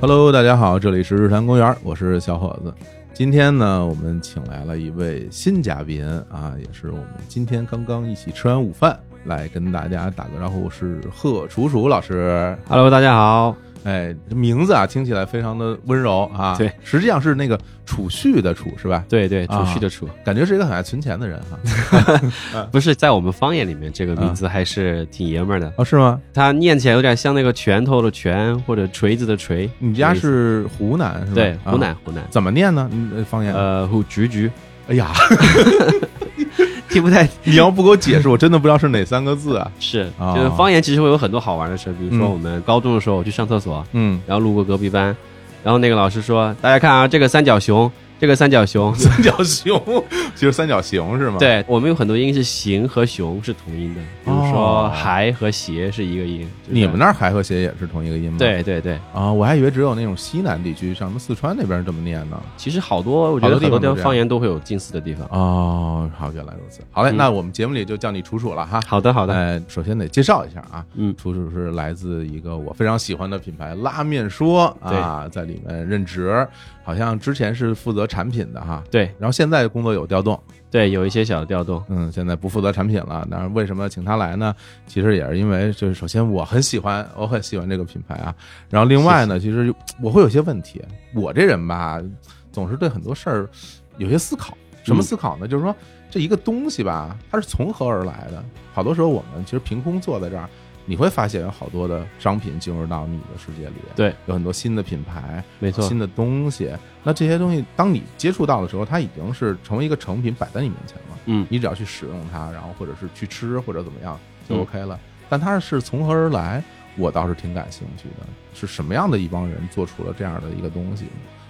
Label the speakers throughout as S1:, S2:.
S1: Hello，大家好，这里是日坛公园，我是小伙子。今天呢，我们请来了一位新嘉宾啊，也是我们今天刚刚一起吃完午饭，来跟大家打个招呼，是贺楚楚老师。
S2: Hello，大家好。
S1: 哎，这名字啊，听起来非常的温柔啊，
S2: 对，
S1: 实际上是那个储蓄的储是吧？
S2: 对对，
S1: 啊
S2: 储蓄的储，
S1: 感觉是一个很爱存钱的人哈。
S2: 不是在我们方言里面，这个名
S1: 啊
S2: 字还是挺爷们儿的。
S1: 哦，是吗？
S2: 它念起来有点像那个拳头的拳或者锤子的锤。
S1: 你家是湖南是吧？
S2: 对湖南
S1: 啊，
S2: 湖南，
S1: 怎么念呢？嗯呃方言？
S2: 呃，虎菊菊，
S1: 哎呀，
S2: 听不太
S1: 你要不给我解释，我真的不知道是哪三个字啊。
S2: 是，
S1: 啊
S2: 就是方言其实会有很多好玩的事儿，比如说
S1: 嗯
S2: 我们高中的时候，我去上厕所，
S1: 嗯，
S2: 然后路过隔壁班，然后那个老师说：“大家看啊，这个三角熊，这 个三角熊。”
S1: 三角熊， 就是三角形是吗？，
S2: 对我们有很多音是形和熊是同音的，比如说
S1: 哦
S2: 孩和鞋是一个音。就是
S1: 你们那儿还和谐也是同一个音吗？
S2: 对对对，
S1: 啊，我还以为只有那种西南地区，像什么四川那边这么念呢。
S2: 其实好多我觉得
S1: 好多地
S2: 很
S1: 方都
S2: 多地方
S1: 这样
S2: 方言都会有近似的地方。
S1: 哦，好，原来如此。好嘞，
S2: 嗯
S1: 那我们节目里就叫你楚楚了哈。
S2: 好的好的，
S1: 呃，首先得介绍一下啊，
S2: 嗯
S1: 楚楚是来自一个我非常喜欢的品牌拉面说啊，在里面任职，好像之前是负责产品的哈，
S2: 对
S1: 然后现在工作有调动，
S2: 对，有一些小的调动，
S1: 嗯，现在不负责产品了。但是为什么请他来呢？其实也是因为，就是首先我很喜欢，我很喜欢这个品牌啊。然后另外呢，其实我会有些问题，我这人吧，总是对很多事儿有些思考。什么思考呢？就是说这一个东西吧，它是从何而来的？好多时候我们其实凭空坐在这儿，你会发现有好多的商品进入到你的世界里，
S2: 对，
S1: 有很多新的品牌，
S2: 没错
S1: 新，的东西。那这些东西，当你接触到的时候，它已经是成为一个成品摆在你面前了。
S2: 嗯
S1: 你只要去使用它，然后或者是去吃或者怎么样就
S2: 嗯
S1: OK 了。但它是从何而来，我倒是挺感兴趣的。是什么样的一帮人做出了这样的一个东西？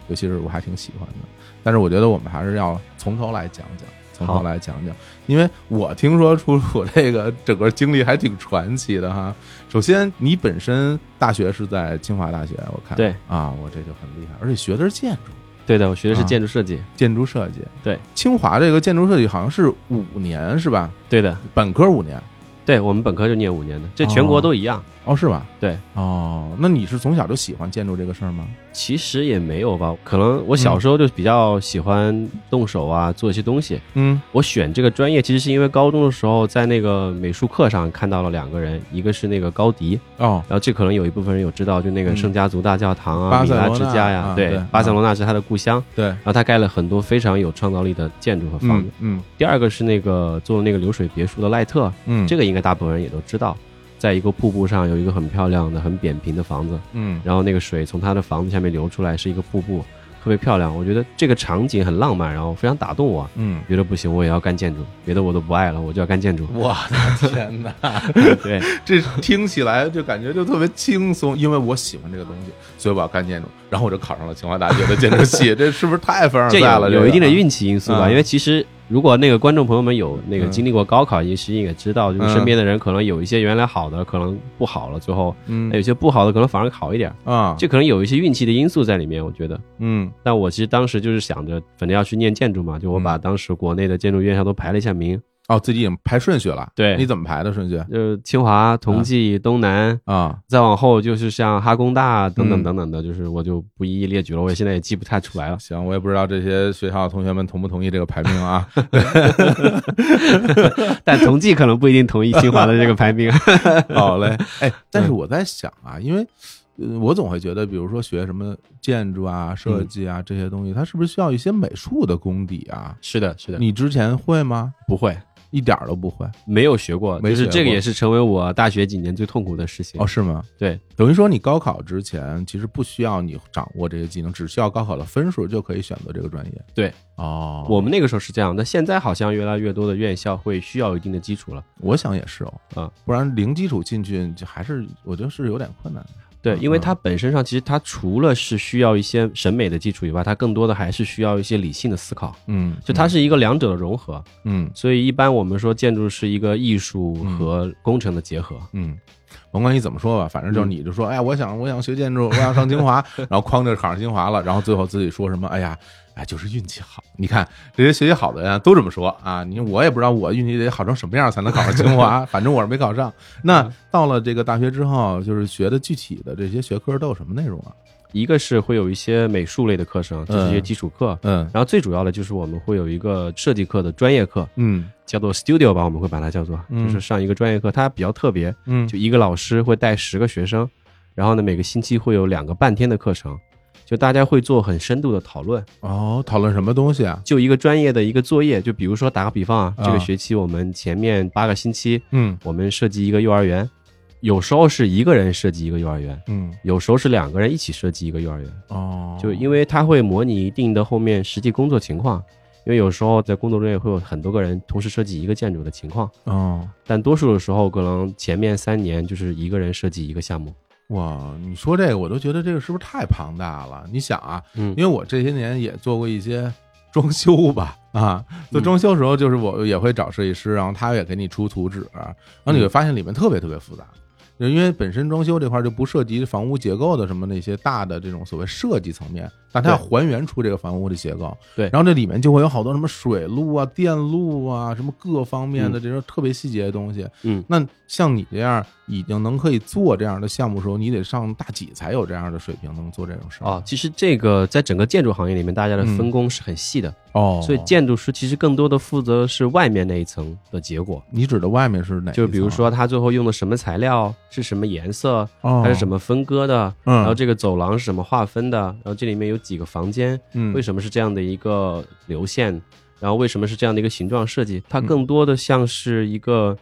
S1: 尤其是我还挺喜欢的。但是我觉得我们还是要从头来讲讲，从头
S2: 好
S1: 来讲讲，因为我听说楚楚这个整个经历还挺传奇的哈。首先，你本身大学是在清华大学，我看
S2: 对
S1: 啊，我这就很厉害，而且学的是建筑。
S2: 对的，我学的是
S1: 啊
S2: 建筑设计，
S1: 建筑设计，
S2: 对
S1: 清华这个建筑设计好像是五年是吧？
S2: 对的，
S1: 本科五年
S2: 对我们本科就念五年的，这全国都一样。
S1: 哦，是吧？
S2: 对，
S1: 哦，那你是从小就喜欢建筑这个事儿吗？
S2: 其实也没有吧，可能我小时候就比较喜欢动手啊，做一些东西。
S1: 嗯，
S2: 我选这个专业其实是因为高中的时候在那个美术课上看到了两个人，一个是那个高迪，
S1: 哦，
S2: 然后这可能有一部分人有知道，就那
S1: 嗯
S2: 个圣家族大教堂啊、
S1: 巴
S2: 米
S1: 塞
S2: 拉
S1: 罗
S2: 之
S1: 那
S2: 家呀，
S1: 啊
S2: 对
S1: 对，
S2: 巴塞罗那是他的故乡，
S1: 对，
S2: 然后他盖了很多非常有创造力的建筑和房子。
S1: 嗯嗯
S2: 第二个是那个做那个流水别墅的赖特，
S1: 嗯，
S2: 这
S1: 个
S2: 个应该大部分人也都知道，在一个瀑布上有一个很漂亮的、很扁平的房子，
S1: 嗯
S2: 然后那个水从他的房子下面流出来，是一个瀑布，特别漂亮。我觉得这个场景很浪漫，然后非常打动我。
S1: 嗯，。
S2: 觉得不行，我也要干建筑，别的我都不爱了，我就要干建筑
S1: 我的天哪，
S2: 对，
S1: 这听起来就感觉就特别轻松，因为我喜欢这个东西，所以我要干建筑，然后我就考上了清华大学的建筑 系，这是不是太凡尔
S2: 这
S1: 赛了？这个
S2: 有有一定的运气因素吧，
S1: 嗯
S2: 因为其实如果那个观众朋友们有那个
S1: 嗯
S2: 经历过高考，其实也知道，就是
S1: 嗯
S2: 身边的人可能有一些原来好的，可能不好了，最后
S1: 嗯
S2: 有些不好的可能反而好一点，
S1: 啊，
S2: 哎这可能有一些运气的因素在里面，我觉得。
S1: 嗯
S2: 但我其实当时就是想着，反正要去念建筑嘛，就我把当时国内的建筑院校都排了一下名，
S1: 哦，自己已经排顺序了，
S2: 对
S1: 你怎么排的顺序
S2: 就是清华、同济、东南，
S1: 啊？
S2: 再往后就是像哈工大等
S1: 嗯
S2: 等等等的，就是我就不一一列举了，我也现在也记不太出来了。
S1: 行，我也不知道这些学校的同学们同不同意这个排名 啊。
S2: 但同济可能不一定同意清华的这个排名。
S1: 好嘞，哎，但
S2: 嗯
S1: 是我在想啊，因为呃我总会觉得，比如说学什么建筑啊、设
S2: 嗯
S1: 计啊这些东西，它是不是需要一些美术的功底啊？
S2: 是的，是的，
S1: 你之前会吗？
S2: 不会。
S1: 一点儿都不会
S2: 没有学过，
S1: 没
S2: 就
S1: 学
S2: 是
S1: 过
S2: 这个也是成为我大学几年最痛苦的事情。
S1: 哦，是吗？
S2: 对，
S1: 等于说你高考之前其实不需要你掌握这些技能，只需要高考的分数就可以选择这个专业。
S2: 对，
S1: 哦，
S2: 我们那个时候是这样，但现在好像越来越多的院校会需要有一定的基础了。
S1: 我想也是哦，
S2: 啊，
S1: 不然零基础进去就还是我觉得是有点困难。
S2: 对，
S1: 嗯
S2: 因为它本身上其实它除了是需要一些审美的基础以外，它更多的还是需要一些理性的思考。
S1: 嗯，
S2: 就它是一个两者的融合，
S1: 嗯
S2: 所以一般我们说建筑是一个艺术和工程的结合。
S1: 嗯，甭管你怎么说吧，反正
S2: 嗯
S1: 就是你就说，哎，我想我想学建筑，我想上清华， 然后哐着考上清华了，然后最后自己说什么，哎呀，哎，就是运气好。你看这些学习好的人啊都这么说啊，你我也不知道我运气得好成什么样才能考上清 华，反正我是没考
S2: 嗯
S1: 上。那到了这个大学之后，就是学的具体的这些学科都有什么内容啊？
S2: 一个是会有一些美术类的课程，就是一些基础课，
S1: 嗯
S2: 然后最主要的就是我们会有一个设计课的专业课，
S1: 嗯
S2: 叫做 Studio 吧，我们会把它叫做，
S1: 嗯
S2: 就是上一个专业课，它比较特别，
S1: 嗯，
S2: 就一个老师会带十个学生，然后呢每个星期会有两个半天的课程，就大家会做很深度的讨论，
S1: 哦，讨论什么东西啊？
S2: 就一个专业的一个作业，就比如说打个比方啊，
S1: 啊
S2: 这个学期我们前面八个星期
S1: 嗯
S2: 我们设计一个幼儿园，有时候是一个人设计一个幼儿园，
S1: 嗯，
S2: 有时候是两个人一起设计一个幼儿园。
S1: 哦，
S2: 就因为它会模拟一定的后面实际工作情况，因为有时候在工作中也会有很多个人同时设计一个建筑的情况，
S1: 哦。
S2: 但多数的时候可能前面三年就是一个人设计一个项目。
S1: 哇，你说这个我都觉得这个是不是太庞大了？你想啊，
S2: 嗯
S1: 因为我这些年也做过一些装修吧，啊，
S2: 嗯
S1: 做装修的时候就是我也会找设计师，然后他也给你出图纸，啊然后
S2: 嗯
S1: 你会发现里面特别特别复杂。就因为本身装修这块就不涉及房屋结构的什么那些大的这种所谓设计层面，但它要
S2: 对
S1: 还原出这个房屋的结构。
S2: 对
S1: 然后这里面就会有好多什么水路啊、电路啊、什么各方面的这种特别细节的东西。
S2: 嗯，
S1: 那像你这样已经能可以做这样的项目的时候，你得上大几才有这样的水平能做这种事儿
S2: 哦，其实这个在整个建筑行业里面，大家的分工是很细的，
S1: 哦
S2: 所以建筑师其实更多的负责是外面那一层的结果。
S1: 你指的外面是哪一层啊？
S2: 就比如说，他最后用的什么材料，是什么颜色，
S1: 哦，
S2: 它是怎么分割的，
S1: 嗯
S2: 然后这个走廊是怎么划分的，然后这里面有几个房间，
S1: 嗯
S2: 为什么是这样的一个流线，然后为什么是这样的一个形状设计，它
S1: 嗯
S2: 更多的像是一个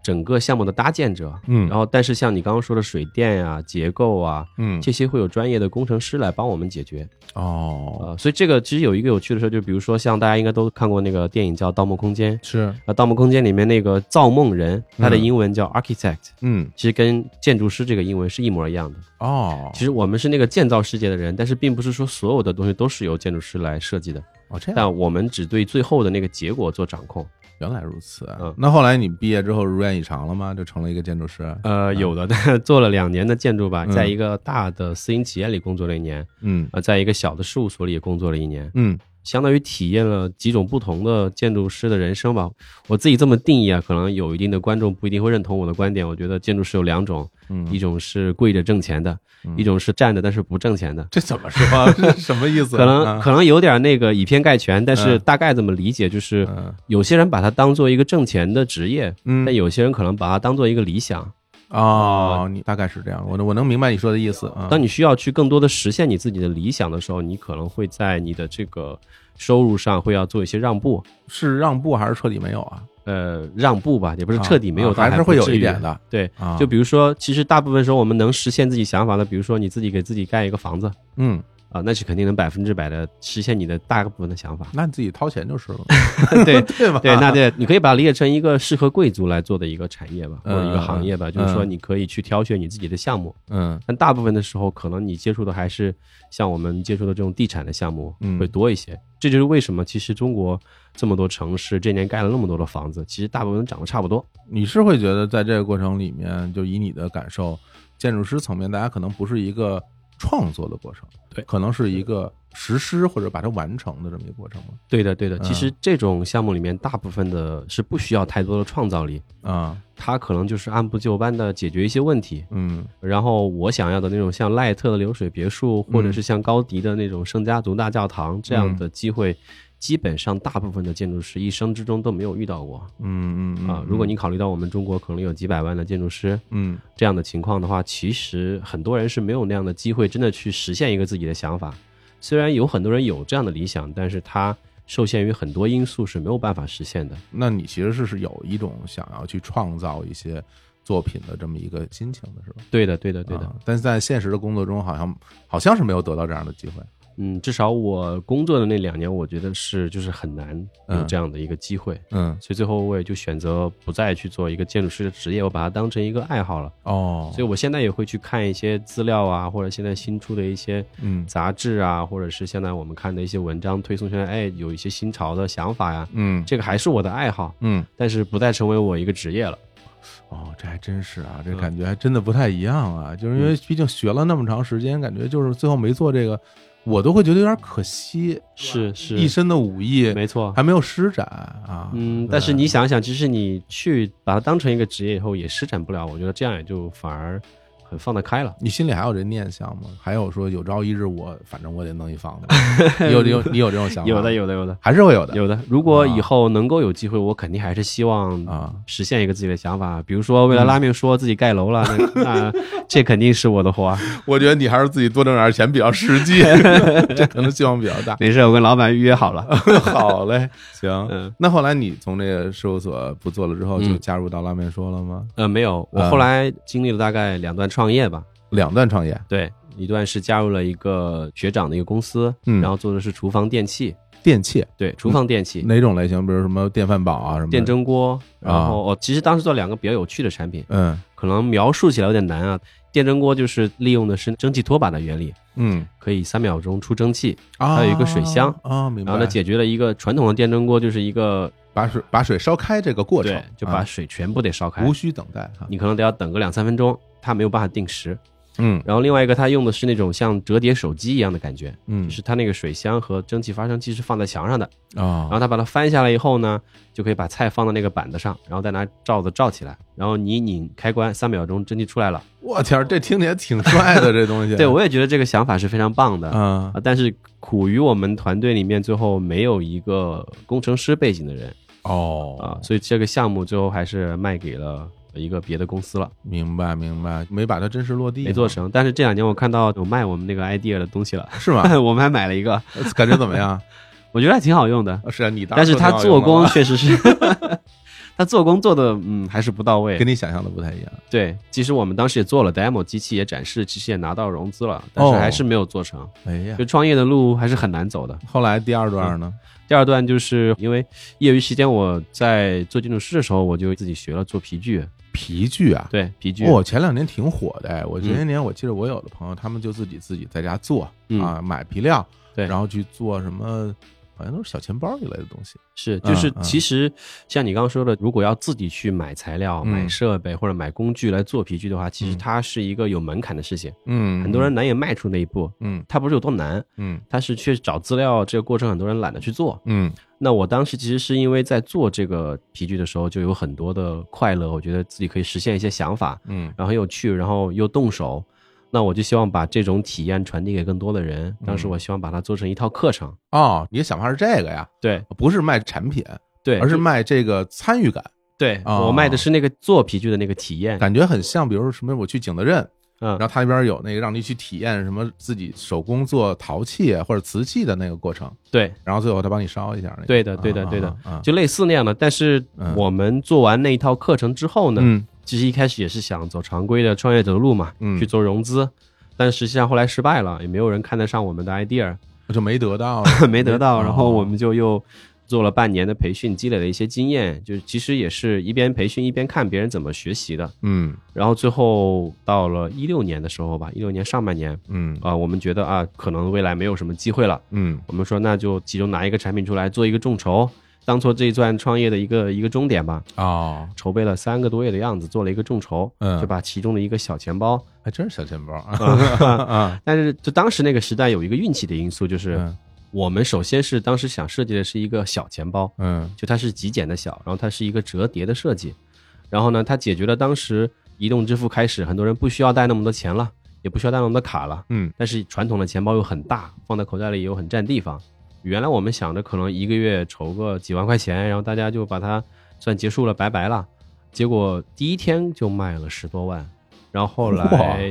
S2: 整个项目的搭建者。
S1: 嗯
S2: 然后，但是像你刚刚说的水电呀、结构啊，
S1: 嗯
S2: 这些会有专业的工程师来帮我们解决。
S1: 哦
S2: 呃，所以这个其实有一个有趣的事儿，就比如说像大家应该都看过那个电影叫《盗梦空间》，
S1: 是
S2: 啊，《盗梦空间》里面那个造梦人，他的
S1: 嗯
S2: 英文叫 architect，、
S1: 嗯
S2: 其实跟建筑师这个英文是一模一样的。
S1: 哦，
S2: 其实我们是那个建造世界的人，但是并不是说所有的东西都是由建筑师来设计的，
S1: 哦这样
S2: 但我们只对最后的那个结果做掌控。
S1: 原来如此
S2: 嗯。
S1: 那后来你毕业之后如愿以偿了吗？就成了一个建筑师？
S2: 呃，有的，但 做了两年的建筑吧，
S1: 嗯
S2: 在一个大的私营企业里工作了一年，
S1: 嗯
S2: 呃，在一个小的事务所里也工作了一年，
S1: 嗯
S2: 相当于体验了几种不同的建筑师的人生吧。我自己这么定义啊，可能有一定的观众不一定会认同我的观点。我觉得建筑师有两种，
S1: 嗯，
S2: 一种是跪着挣钱的，一种是站着但是不挣钱的。
S1: 这怎么 说？这是什么意思？
S2: 可能
S1: 啊
S2: 可能有点那个以偏概全，但是
S1: 嗯
S2: 大概怎么理解就是，
S1: 嗯
S2: 有些人把它当做一个挣钱的职业，但
S1: 嗯
S2: 有些人可能把它当做一个理想。嗯
S1: 哦，你大概是这样，我能我能明白你说的意思啊。
S2: 当你需要去更多的实现你自己的理想的时候，你可能会在你的这个收入上会要做一些让步，
S1: 是让步还是彻底没有啊？
S2: 呃，让步吧，也不是
S1: 啊
S2: 彻底没有，
S1: 啊
S2: 但
S1: 还是
S2: 不
S1: 会有
S2: 至
S1: 一
S2: 于
S1: 点。的
S2: 对，
S1: 啊。
S2: 就比如说，其实大部分时候我们能实现自己想法的，比如说你自己给自己盖一个房子
S1: 嗯，。
S2: 啊，那是肯定能百分之百的实现你的大部分的想法
S1: 那你自己掏钱就是了，
S2: 对，
S1: 对吧？
S2: 对，那对，你可以把它理解成一个适合贵族来做的一个产业吧，或者一个行业吧，
S1: 嗯
S2: 就是说
S1: 嗯
S2: 你可以去挑选你自己的项目，
S1: 嗯
S2: 但大部分的时候，可能你接触的还是像我们接触的这种地产的项目
S1: 嗯
S2: 会多一些。这就是为什么其实中国这么多城市这年盖了那么多的房子，其实大部分长得差不多。
S1: 你是会觉得在这个过程里面，就以你的感受，建筑师层面，大家可能不是一个创作的过程，
S2: 对
S1: 可能是一个实施或者把它完成的这么一个过程吗？
S2: 对的，对的。
S1: 嗯
S2: 其实这种项目里面，大部分的是不需要太多的创造力，
S1: 啊，
S2: 它可能就是按部就班的解决一些问题。
S1: 嗯
S2: 然后我想要的那种像赖特的流水别墅，或者是像高迪的那种圣家族大教堂
S1: 嗯
S2: 这样的机会，基本上大部分的建筑师一生之中都没有遇到过
S1: 嗯嗯
S2: 啊。如果你考虑到我们中国可能有几百万的建筑师
S1: 嗯
S2: 这样的情况的话，其实很多人是没有那样的机会真的去实现一个自己的想法。虽然有很多人有这样的理想，但是他受限于很多因素是没有办法实现的。
S1: 那你其实是是有一种想要去创造一些作品的这么一个心情的，是吧？
S2: 对的，对的，对的。
S1: 啊但是在现实的工作中，好像好像是没有得到这样的机会。
S2: 嗯，至少我工作的那两年，我觉得是就是很难有
S1: 嗯
S2: 这样的一个机会。
S1: 嗯，
S2: 所以最后我也就选择不再去做一个建筑师的职业，我把它当成一个爱好了。
S1: 哦，
S2: 所以我现在也会去看一些资料啊，或者现在新出的一些
S1: 嗯
S2: 杂志啊，或者是现在我们看的一些文章推送，现在哎有一些新潮的想法呀、
S1: 嗯
S2: 这个还是我的爱好，
S1: 嗯，
S2: 但是不再成为我一个职业了。
S1: 哦，这还真是啊，
S2: 嗯
S1: 这感觉还真的不太一样啊，就是因为毕竟学了那么长时间，感觉就是最后没做这个，我都会觉得有点可惜，
S2: 是
S1: 一
S2: 是，
S1: 身的武艺
S2: 没错。
S1: 还没有施展啊。
S2: 嗯，
S1: 对
S2: 但是你想想，其实你去把它当成一个职业以后，也施展不了，我觉得这样也就反而很放得开了。
S1: 你心里还有这念想吗？还有说有朝一日我反正我得弄一房 子，你有你有你有这种想法？
S2: 有的，有的，有的，
S1: 还是会有的
S2: 有的。如果以后能够有机会，我肯定还是希望
S1: 啊。
S2: 实现一个自己的想法。比如说，未来拉面说自己盖 楼了，那那这肯定是我的 活儿。
S1: 我觉得你还是自己多挣点钱比较实 际， 这可能希望比较大。
S2: 没事，我跟老板预约 好了。
S1: 好嘞， 行
S2: 嗯。
S1: 那后来你从这个事务所不做了之后，就
S2: 嗯
S1: 加入到拉面说了吗？
S2: 呃，没有，我后来经历了大概两段创业吧。
S1: 两段创业，
S2: 对，一段是加入了一个学长的一个公司，
S1: 嗯
S2: 然后做的是厨房电器，
S1: 电器
S2: 对，厨房电器、
S1: 哪种类型？比如什么电饭煲啊什么的
S2: 电，蒸锅，然
S1: 啊
S2: 后、哦，其实当时做两个比较有趣的产品，
S1: 嗯
S2: 可能描述起来有点难啊。电蒸锅就是利用的是蒸汽拖把的原理，
S1: 嗯，
S2: 可以三秒钟出蒸汽，
S1: 啊
S2: 还有一个水箱
S1: 啊，明白。
S2: 然后呢解决了一个传统的电蒸锅就是一个
S1: 把水把水烧开这个过程
S2: 对，，就把
S1: 啊
S2: 水全部得烧开
S1: 无，需等待啊哈。
S2: 你可能得要等个两三分钟，它没有办法定时。
S1: 嗯
S2: 然后另外一个，它用的是那种像折叠手机一样的感觉，
S1: 嗯
S2: 就是它那个水箱和蒸汽发生器是放在墙上的，然后
S1: 啊
S2: 它把它翻下来以后呢，就可以把菜放到那个板子上，然后再拿罩子罩起来，然后你一拧开关，三秒钟蒸汽出来了。
S1: 我天儿，这听起来挺帅的这东西。
S2: 对，我也觉得这个想法是非常棒的。
S1: 啊
S2: 啊，但是苦于我们团队里面最后没有一个工程师背景的人啊
S1: 哦，，
S2: 所以这个项目最后还是卖给了一个别的公司了，
S1: 明白明白，没把它真实落地，
S2: 没做成。但是这两年我看到有卖我们那个 idea 的东西了，
S1: 是吗？
S2: 我们还买了一个，
S1: 感觉怎么样？
S2: 我觉得还挺好用的，
S1: 是啊，你当
S2: 但是
S1: 时
S2: 它
S1: 挺好
S2: 做
S1: 用的
S2: 工
S1: 吧
S2: 确实是， 它做工做的嗯还是不到位
S1: 跟。你想象的不太一样。
S2: 对，其实我们当时也做了 demo，机器也展示，其实也拿到融资了，但是
S1: 哦
S2: 还是没有做成。
S1: 哎呀
S2: 就，嗯创业的路还是很难走的。
S1: 后来第二段呢？
S2: 第二段就是因为业余时间我在做建筑师的时候，我就自己学了做皮具，
S1: 皮具啊，
S2: 对皮具，
S1: 哦，前两年挺火的。哎我前些年我记得我有的朋友，他们就自己自己在家做
S2: 嗯
S1: 啊，买皮料，
S2: 对
S1: 然后去做什么，好像都是小钱包一类的东西。
S2: 是
S1: 嗯
S2: 就是
S1: 嗯
S2: 其实像你刚刚说的，如果要自己去买材料、
S1: 嗯
S2: 买设备或者买工具来做皮具的话，其实
S1: 嗯
S2: 它是一个有门槛的事情，
S1: 嗯，
S2: 很多人难以迈出那一步。
S1: 嗯
S2: 它不是有多难，
S1: 嗯
S2: 它是去找资料这个过程，很多人懒得去做。
S1: 嗯
S2: 那我当时其实是因为在做这个皮具的时候，就有很多的快乐，我觉得自己可以实现一些想法，
S1: 嗯
S2: 然后很有趣，然后又动手。那我就希望把这种体验传递给更多的人。当
S1: 嗯
S2: 时我希望把它做成一套课程，
S1: 哦，你的想法是这个呀？
S2: 对
S1: 不是卖产品，
S2: 对，
S1: 而是
S2: 就
S1: 卖这个参与感，
S2: 对、
S1: 哦
S2: 我卖的是那个做皮具的那个体验，
S1: 感觉很像，比如说什么我去景德镇，
S2: 嗯
S1: 然，后他那边有那个让你去体验什么自己手工做陶器或者瓷器的那个过程，
S2: 对
S1: 然后最后他帮你烧一下那个。
S2: 对的对的
S1: 啊
S2: 对的，
S1: 啊啊
S2: 就类似那样的。但是
S1: 嗯
S2: 我们做完那一套课程之后呢，
S1: 嗯
S2: 其实一开始也是想走常规的创业者的路嘛，
S1: 嗯
S2: 去做融资，但实际上后来失败了，也没有人看得上我们的 idea，
S1: 就没得到
S2: 没得到，
S1: 没哦
S2: 然后我们就又做了半年的培训，积累了一些经验，就是其实也是一边培训一边看别人怎么学习的。
S1: 嗯
S2: 然后最后到了一六年的时候吧，一六年上半年
S1: 嗯
S2: 啊、我们觉得啊，可能未来没有什么机会了，
S1: 嗯
S2: 我们说那就其中拿一个产品出来做一个众筹，当做这一段创业的一个一个终点吧。
S1: 哦，
S2: 筹备了三个多月的样子，做了一个众筹，
S1: 嗯
S2: 就把其中的一个小钱包，
S1: 还真是小钱包啊
S2: 啊，但是就当时那个时代有一个运气的因素，就是
S1: 嗯
S2: 我们首先是当时想设计的是一个小钱包，
S1: 嗯
S2: 就它是极简的小，然后它是一个折叠的设计，然后呢，它解决了当时移动支付开始很多人不需要带那么多钱了，也不需要带那么多卡了，
S1: 嗯
S2: 但是传统的钱包又很大，放在口袋里又很占地方。原来我们想着可能一个月筹个几万块钱，然后大家就把它算结束了，拜拜了。结果第一天就卖了十多万，然后后来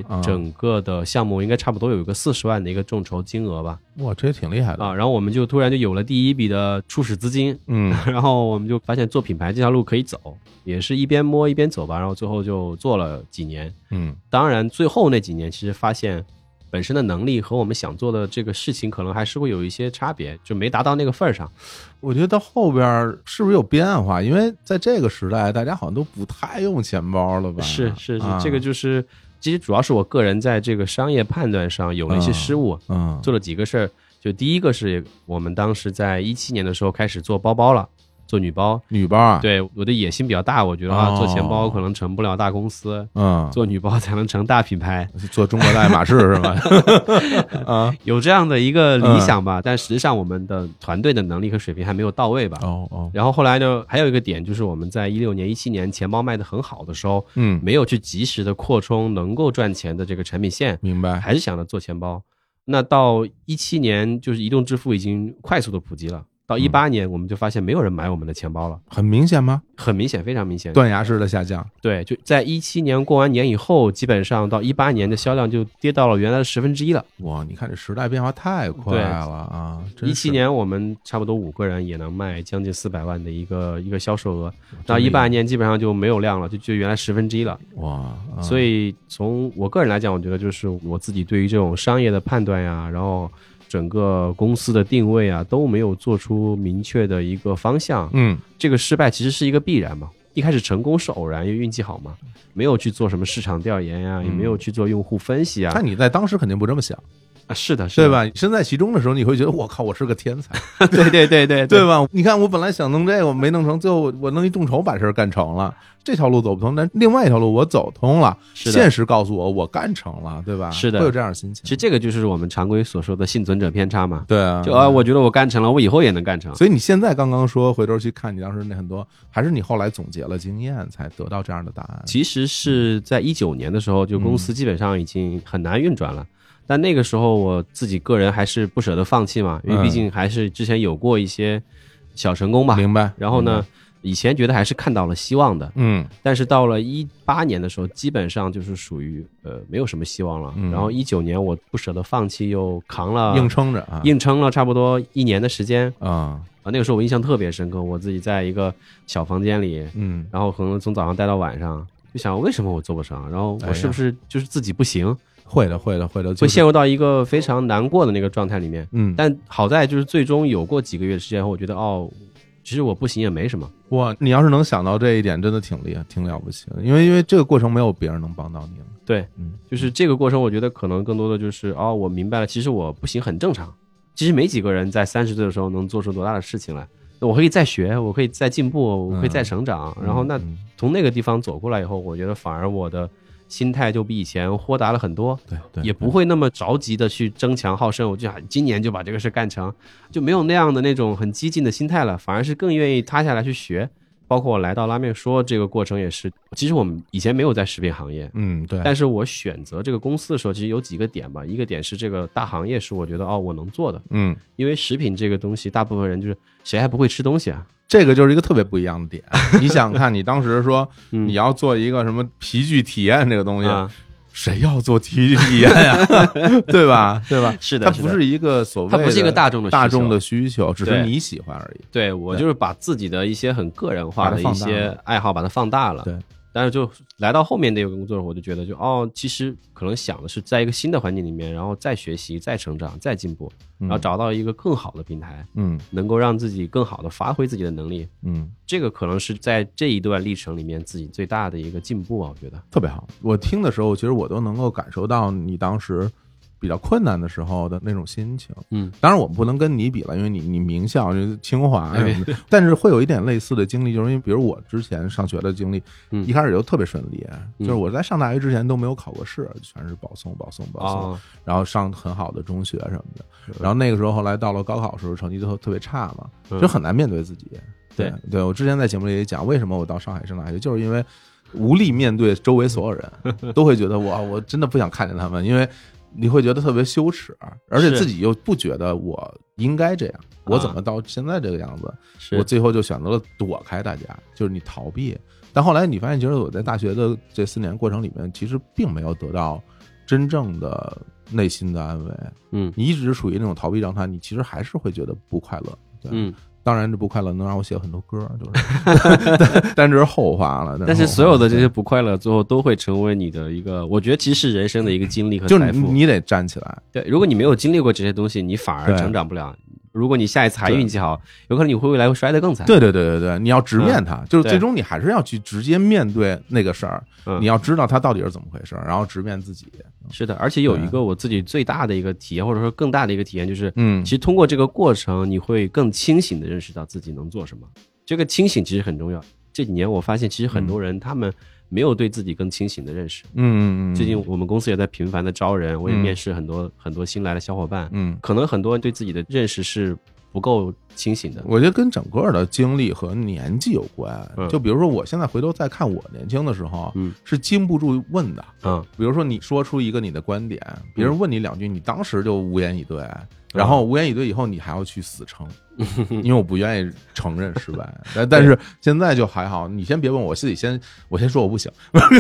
S1: 哇啊
S2: 整个的项目应该差不多有一个四十万的一个众筹金额吧，
S1: 哇，这也挺厉害的
S2: 啊，然后我们就突然就有了第一笔的初始资金，
S1: 嗯
S2: 然后我们就发现做品牌这条路可以走，也是一边摸一边走吧，然后最后就做了几年。
S1: 嗯
S2: 当然，最后那几年其实发现本身的能力和我们想做的这个事情可能还是会有一些差别，就没达到那个份儿上。
S1: 我觉得到后边儿是不是有变化？因为在这个时代，大家好像都不太用钱包了吧？
S2: 是是是，
S1: 啊
S2: 这个就是其实主要是我个人在这个商业判断上有了一些失误，
S1: 嗯
S2: 做了几个事儿。就第一个是我们当时在一七年的时候开始做包包了，做女包。
S1: 女包啊，，
S2: 对我的野心比较大，我觉得啊，做钱包
S1: 哦
S2: 可能成不了大公司，
S1: 嗯，
S2: 做女包才能成大品牌，
S1: 做中国爱马仕是 吗？啊，
S2: 有这样的一个理想吧。但实际上，我们的团队的能力和水平还没有到位吧。
S1: 哦哦，
S2: 然后后来呢，还有一个点就是我们在一六年、一七年钱包卖的很好的时候，
S1: 嗯，
S2: 没有去及时的扩充能够赚钱的这个产品线，
S1: 明白，
S2: 还是想着做钱包。那到一七年，就是移动支付已经快速的普及了。到一八年，我们就发现没有人买我们的钱包了，
S1: 很明显吗？
S2: 很明显，非常明显。
S1: 断崖式的下降，
S2: 对，就在一七年过完年以后，基本上到一八年的销量就跌到了原来的十分之一了。
S1: 哇，你看这时代变化太快了啊！真
S2: 一
S1: 是
S2: 七，年我们差不多五个人也能卖将近四百万的一个一个销售
S1: 哦
S2: 额，到
S1: 真
S2: 一
S1: 厉害
S2: 八年基本上就没有量了，就就原来十分之一了。
S1: 哇，啊
S2: 所以从我个人来讲，我觉得就是我自己对于这种商业的判断呀，然后整个公司的定位啊，都没有做出明确的一个方向。
S1: 嗯，
S2: 这个失败其实是一个必然嘛。一开始成功是偶然，因为运气好嘛，没有去做什么市场调研呀、也没有去做用户分析啊。
S1: 但嗯你在当时肯定不这么想，
S2: 啊是的，是的
S1: 对？吧？你身在其中的时候，你会觉得我靠，我是个天才，
S2: 对对对 对
S1: 对吧？你看我本来想弄这个，我没弄成，最后我我弄一众筹把事儿干成了。这条路走不通，但另外一条路我走通了。
S2: 是的
S1: 现实告诉我，我干成了，对吧？
S2: 是的
S1: 会有这样的心
S2: 其
S1: 情。
S2: 实这个就是我们常规所说的幸存者偏差嘛。
S1: 对啊，
S2: 就啊，我觉得我干成了，我以后也能干成。
S1: 所以你现在刚刚说，回头去看你当时那很多，还是你后来总结了经验才得到这样的答案。
S2: 其实是在一九年的时候，就公司基本上已经很难运转了。但那个时候我自己个人还是不舍得放弃嘛，
S1: 嗯
S2: 因为毕竟还是之前有过一些小成功吧。
S1: 明白。嗯
S2: 然后呢，以前觉得还是看到了希望的，
S1: 明白？
S2: 但是到了一八年的时候，基本上就是属于呃没有什么希望了。
S1: 嗯
S2: 然后一九年我不舍得放弃，又扛了
S1: 嗯，硬撑着啊，
S2: 硬撑了差不多一年的时间
S1: 啊，
S2: 啊。那个时候我印象特别深刻，我自己在一个小房间里，
S1: 嗯，
S2: 然后可能从早上待到晚上，就想为什么我做不成，然后
S1: 哎
S2: 我
S1: 呀
S2: 是不是就是自己不行，
S1: 会的，会的，会的，就
S2: 会
S1: 是
S2: 陷入到一个非常难过的那个状态里面。
S1: 嗯，
S2: 但好在就是最终有过几个月的时间后，我觉得哦，其实我不行也没什么。
S1: 哇，你要是能想到这一点，真的挺厉害，挺了不起的。因为因为这个过程没有别人能帮到你了。
S2: 对，
S1: 嗯，
S2: 就是这个过程，我觉得可能更多的就是哦，我明白了，其实我不行很正常。其实没几个人在三十岁的时候能做出多大的事情来。那我可以再学，我可以再进步，我可以再成长。然后那
S1: 嗯
S2: 从那个地方走过来以后，我觉得反而我的心态就比以前豁达了很多。
S1: 对对，
S2: 也不会那么着急的去争强好胜，我就想今年就把这个事干成，就没有那样的那种很激进的心态了，反而是更愿意塌下来去学。包括我来到拉面说这个过程也是，其实我们以前没有在食品行业，
S1: 嗯，对，
S2: 但是我选择这个公司的时候，其实有几个点吧，一个点是这个大行业是我觉得哦我能做的，
S1: 嗯，
S2: 因为食品这个东西，大部分人就是谁还不会吃东西啊？
S1: 这个就是一个特别不一样 的点。你想看，你当时说
S2: 嗯
S1: 你要做一个什么皮具体验这个东西，
S2: 啊，
S1: 谁要做皮具体验呀？ 对吧？对吧？
S2: 是的
S1: 它
S2: 是
S1: 不
S2: 的
S1: 是一个所谓的，
S2: 它不是一个大众的需求
S1: 大众的需求，只是
S2: 对
S1: 你喜欢而已。
S2: 对我就是把自己的一些很个人化的
S1: 把它
S2: 一
S1: 放大了
S2: 些爱好把它放大了，
S1: 对，
S2: 但是就来到后面那个工作，我就觉得就哦，其实可能想的是在一个新的环境里面，然后再学习、再成长、再进步，然后找到一个更好的平台，
S1: 嗯
S2: 能够让自己更好的发挥自己的能力。
S1: 嗯，
S2: 这个可能是在这一段历程里面自己最大的一个进步啊，我觉得。
S1: 特别好。我听的时候，其实我都能够感受到你当时比较困难的时候的那种心情。
S2: 嗯，哎
S1: 当然我们不能跟你比了，因为你你名校就是清华什么的， 但是会有一点类似的经历，就是因为比如我之前上学的经历，
S2: 嗯
S1: 一开始就特别顺利，就是我在上大学之前都没有考过试，全是保送保送保送，
S2: 哦，
S1: 然后上很好的中学什么的，然后那个时候后来到了高考的时候，成绩就特别差嘛，
S2: 嗯
S1: 就很难面对自己。
S2: 对
S1: 对，我之前在节目里也讲，为什么我到上海上大学，就是因为无力面对周围所有 人，都会觉得哇，我真的不想看见他们，因为你会觉得特别羞耻，而且
S2: 是
S1: 自己又不觉得我应该这样，我怎么到现在这个样子？
S2: 是
S1: 我最后就选择了躲开大家，就是你逃避。但后来你发现，其实我在大学的这四年过程里面，其实并没有得到真正的内心的安慰。
S2: 嗯
S1: 你一直处于那种逃避状态，你其实还是会觉得不快乐。对，
S2: 嗯，
S1: 当然这不快乐能让我写很多歌，就是 但，但这是后话了。
S2: 但是
S1: 后话
S2: 所有的这些不快乐，最后都会成为你的一个，我觉得其实是人生的一个经历和
S1: 就
S2: 财
S1: 是你
S2: 富。
S1: 你得站起来，
S2: 对，如果你没有经历过这些东西，你反而
S1: 对
S2: 成长不了。如果你下一次还
S1: 对
S2: 运气好，有可能你会未来会摔得更惨。
S1: 对对对对对，你要直面它，就是
S2: 嗯对
S1: 最终你还是要去直接面对那个事儿，
S2: 嗯
S1: 你要知道它到底是怎么回事儿，然后直面自己。
S2: 是的，而且有一
S1: 对
S2: 个我自己最大的一个体验，或者说更大的一个体验，就是，
S1: 嗯
S2: 其实通过这个过程，你会更清醒的认识到自己能做什么。这个清醒其实很重要。这几年我发现，其实很多人他们没有对自己更清醒的认识。
S1: 嗯嗯嗯嗯，
S2: 最近我们公司也在频繁的招人，我也
S1: 嗯
S2: 面试很多很多新来的小伙伴，
S1: 嗯，
S2: 可能很多人对自己的认识是不够清醒的。
S1: 我觉得跟整个的经历和年纪有关。
S2: 嗯
S1: 就比如说，我现在回头再看我年轻的时候，
S2: 嗯
S1: 是经不住问的。
S2: 嗯，
S1: 比如说，你说出一个你的观点，别人问你两句，你当时就无言以对，
S2: 嗯
S1: 然后无言以对以后，你还要去死 撑，因为我不愿意承认失败。但但是现在就还好，你先别问我，自己先我先说我不行。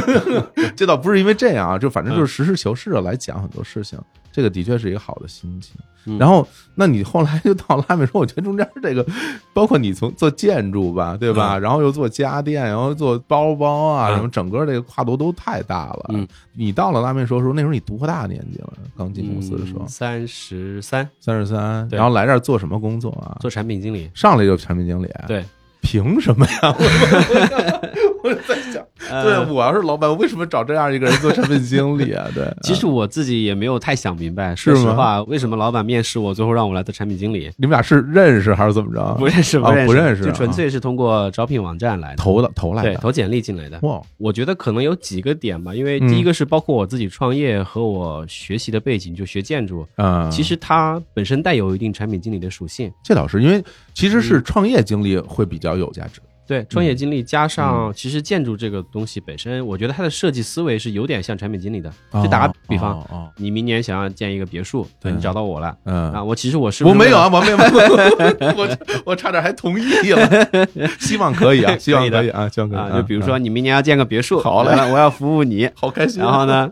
S1: 这倒不是因为这样啊，就反正
S2: 嗯
S1: 就是实事求是的来讲很多事情，这个的确是一个好的心情。
S2: 嗯
S1: 然后，那你后来就到拉美说，我觉得中间这个，包括你从做建筑吧，对吧？然后又做家电，然后做包包啊，
S2: 嗯
S1: 什么，整个这个跨度都太大了。
S2: 嗯，
S1: 你到了拉面说的时候，那时候你多大年纪了？刚进公司的时候，
S2: 三十三
S1: 三十三，
S2: 嗯对
S1: 然后来这儿做什么工作啊？
S2: 做产品经理，
S1: 上来就产品经理，，
S2: 对，
S1: 凭什么呀？ 我在想，
S2: 呃
S1: 对我要是老板，我为什么找这样一个人做产品经理 啊？对，
S2: 其
S1: 啊
S2: 实我自己也没有太想明白，
S1: 是
S2: 说
S1: 吗
S2: 实话，为什么老板面试我，最后让我来做产品经理？
S1: 你们俩是认识还是怎么着？
S2: 不认识，
S1: 啊
S2: 认识，
S1: 不认识
S2: 就纯粹是通过招聘网站来的，
S1: 投的投来
S2: 对，
S1: 的，
S2: 投简历进来的。
S1: 哇，
S2: 我觉得可能有几个点吧，因为
S1: 嗯
S2: 第一个是包括我自己创业和我学习的背景，就学建筑，
S1: 嗯，
S2: 其实它本身带有一定产品经理的属性。
S1: 这倒是，因为其实
S2: 嗯
S1: 是创业经历会比较有价值。
S2: 对，创业经历加
S1: 嗯
S2: 上其实建筑这个东西本身，我觉得它的设计思维是有点像产品经理的。就打个比方，
S1: 哦，哦
S2: 你明年想要建一个别墅，
S1: 对
S2: 你找到我了
S1: 嗯
S2: 啊啊，我其实我是
S1: 我
S2: 不是
S1: 没有
S2: 为
S1: 啊，
S2: 了
S1: 我没有，我我差点还同意了， 希望可以啊，希望可以啊，希望可以
S2: 啊，就比如说你明年要建个别墅，
S1: 好嘞
S2: 来 了，我要服 务你。
S1: 好开心啊，
S2: 然后呢，